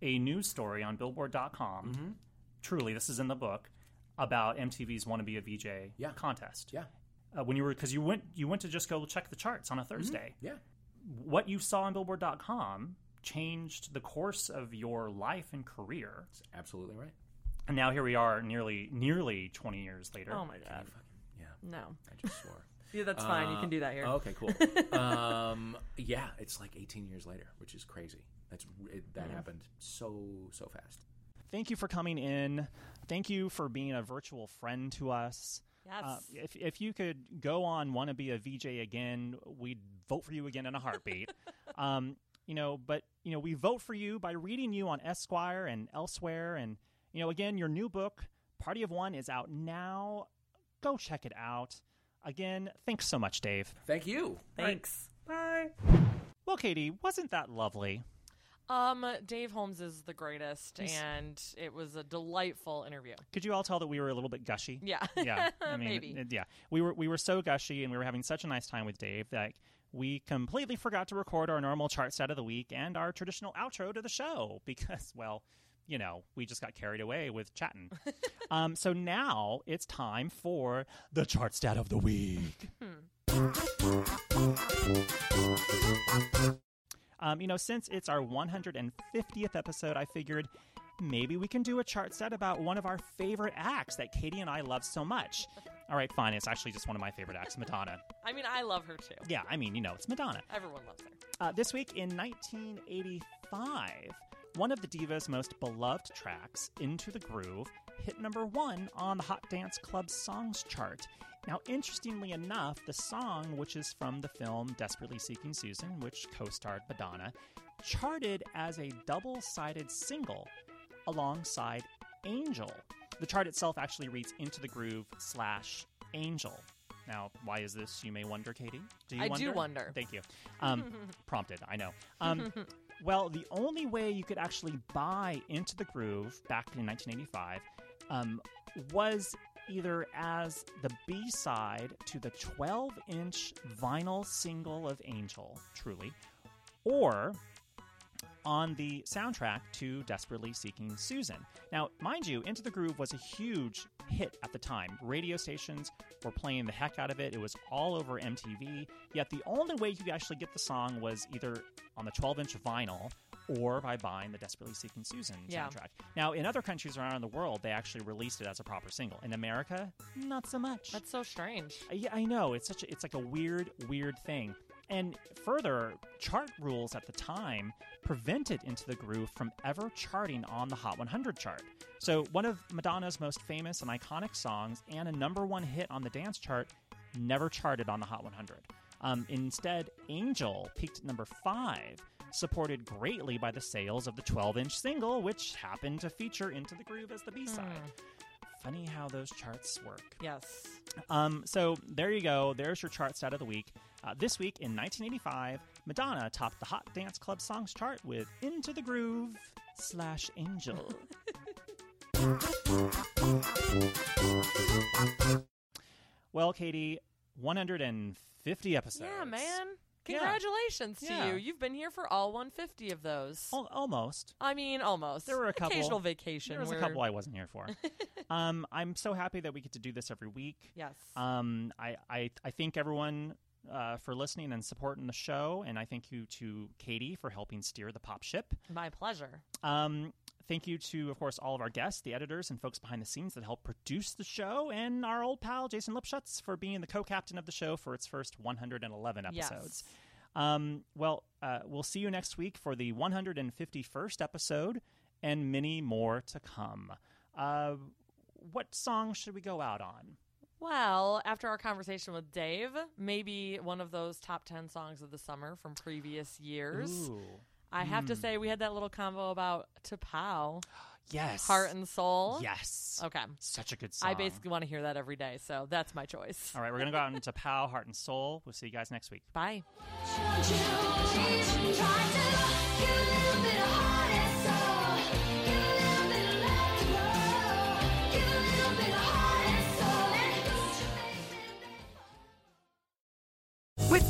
[SPEAKER 1] a news story on Billboard.com.
[SPEAKER 3] Mm-hmm.
[SPEAKER 1] Truly, this is in the book about MTV's "Want to Be a VJ"
[SPEAKER 3] Yeah.
[SPEAKER 1] contest.
[SPEAKER 3] Yeah.
[SPEAKER 1] uh, when you were because you went you went to just go check the charts on
[SPEAKER 2] Mm-hmm.
[SPEAKER 1] a Thursday.
[SPEAKER 3] Yeah.
[SPEAKER 1] What you saw on Billboard.com changed the course of your life and career,
[SPEAKER 3] It's absolutely right.
[SPEAKER 1] and now here we are, nearly nearly twenty years later.
[SPEAKER 2] Oh my god.
[SPEAKER 3] Yeah.
[SPEAKER 2] No.
[SPEAKER 3] I just swore.
[SPEAKER 2] Yeah, that's fine. You can do that [LAUGHS] here.
[SPEAKER 3] okay. Cool. um, yeah. It's like 18 years later, which is crazy. That's it, that happened so so fast.
[SPEAKER 1] Thank you for coming in. Thank you for being a virtual friend to us.
[SPEAKER 2] Yes.
[SPEAKER 1] Uh, if if you could go on, want to be a VJ again, we'd vote for you again in a heartbeat. um, you know, but you know, we vote for you by reading you on Esquire and elsewhere. And you know, again, your new book, Party of One, is out now. Go check it out. Again, thanks so much, Dave.
[SPEAKER 3] Thank you.
[SPEAKER 2] Thanks. Bye.
[SPEAKER 1] Well, Katie, wasn't that lovely?
[SPEAKER 2] Um, Dave Holmes is the greatest, and it was a delightful interview.
[SPEAKER 1] Could you all tell that we were a little bit gushy?
[SPEAKER 2] Yeah. [LAUGHS]
[SPEAKER 1] yeah, I mean,
[SPEAKER 2] Maybe.
[SPEAKER 1] it- yeah, we were we were so gushy and we were having such a nice time with Dave that we completely forgot to record our normal chart set of the week and our traditional outro to the show [LAUGHS] because, well, you know, we just got carried away with chatting. um, so now it's time for the chart stat of the week. Um, you know, since it's our 150th episode, I figured maybe we can do a chart set about one of our favorite acts that Katie and I love so much. All right, fine. It's actually just one of my favorite acts, Madonna.
[SPEAKER 2] I mean, I love her too.
[SPEAKER 1] Yeah, I mean, you know, it's Madonna.
[SPEAKER 2] Everyone loves her.
[SPEAKER 1] Uh, this week in 1985, one of the diva's most beloved tracks, Into the Groove, hit number one on the Hot Dance Club Songs chart. Now, interestingly enough, the song, which is from the film Desperately Seeking Susan, which co starred Madonna, charted as a double sided single alongside Angel. The chart itself actually reads Into the Groove slash Angel. Now, why is this, you may wonder, Katie? Do you
[SPEAKER 2] I
[SPEAKER 1] wonder?
[SPEAKER 2] do wonder.
[SPEAKER 1] Thank you.
[SPEAKER 2] [LAUGHS]
[SPEAKER 1] Um, prompted, I know. Um, well, the only way you could actually buy Into the Groove back in 1985 um, was either as the B side to the 12 inch vinyl single of Angel, truly, or on the soundtrack to Desperately Seeking Susan. Now, mind you, Into the Groove was a huge hit at the time. Radio stations were playing the heck out of it, it was all over MTV. Yet the only way you could actually get the song was either on the 12 inch vinyl or by buying the Desperately Seeking Susan
[SPEAKER 2] Yeah.
[SPEAKER 1] soundtrack. Now, in other countries around the world, they actually released it as a proper single. In America, not so much.
[SPEAKER 2] That's so strange.
[SPEAKER 1] I- Yeah, I know. It's such a, it's like a weird, weird thing. And further, chart rules at the time prevented Into the Groove from ever charting on the Hot 100 chart. So, one of Madonna's most famous and iconic songs and a number one hit on the dance chart never charted on the Hot 100. Um, instead, Angel peaked at number five, supported greatly by the sales of the 12 inch single, which happened to feature Into the Groove as the B side. Funny how those charts work.
[SPEAKER 2] Yes.
[SPEAKER 1] Um, so there you go. There's your chart stat of the week. Uh, this week in 1985, Madonna topped the Hot Dance Club Songs chart with "Into the Groove" slash "Angel." well, Katie, 150 episodes.
[SPEAKER 2] Yeah, man.
[SPEAKER 1] Yeah.
[SPEAKER 2] Congratulations to
[SPEAKER 1] Yeah.
[SPEAKER 2] you. You've been here for all 150 of those.
[SPEAKER 1] Al- almost.
[SPEAKER 2] I mean, almost.
[SPEAKER 1] There were a couple.
[SPEAKER 2] Occasional vacation.
[SPEAKER 1] There was a
[SPEAKER 2] where-
[SPEAKER 1] couple Uh, I wasn't here
[SPEAKER 2] [LAUGHS]
[SPEAKER 1] for. um, I'm so happy that we get to do this every week.
[SPEAKER 2] Yes.
[SPEAKER 1] Um, I, I, I thank everyone uh, for listening and supporting the show, and I thank you to Katie for helping steer the pop ship.
[SPEAKER 2] My pleasure.
[SPEAKER 1] Um, thank you to, of course, all of our guests, the editors, and folks behind the scenes that helped produce the show, and our old pal Jason Lipschutz for being the co-captain of the show for its first 111 episodes. Um, well, uh, we'll see you next week for the 151st episode, and many more to come. Uh, what song should we go out on?
[SPEAKER 2] Well, after our conversation with Dave, maybe one of those top 10 songs of the summer from previous years.
[SPEAKER 1] Ooh. Hmm.
[SPEAKER 2] I have to say, we had that little combo about to pow,
[SPEAKER 1] Yes.
[SPEAKER 2] heart and soul.
[SPEAKER 1] Yes.
[SPEAKER 2] Okay.
[SPEAKER 1] Such a good song.
[SPEAKER 2] I basically want to hear that every day, so that's my choice.
[SPEAKER 1] All right, we're going to go out into Pow, Heart and Soul. We'll see you guys next week.
[SPEAKER 2] Bye.
[SPEAKER 6] With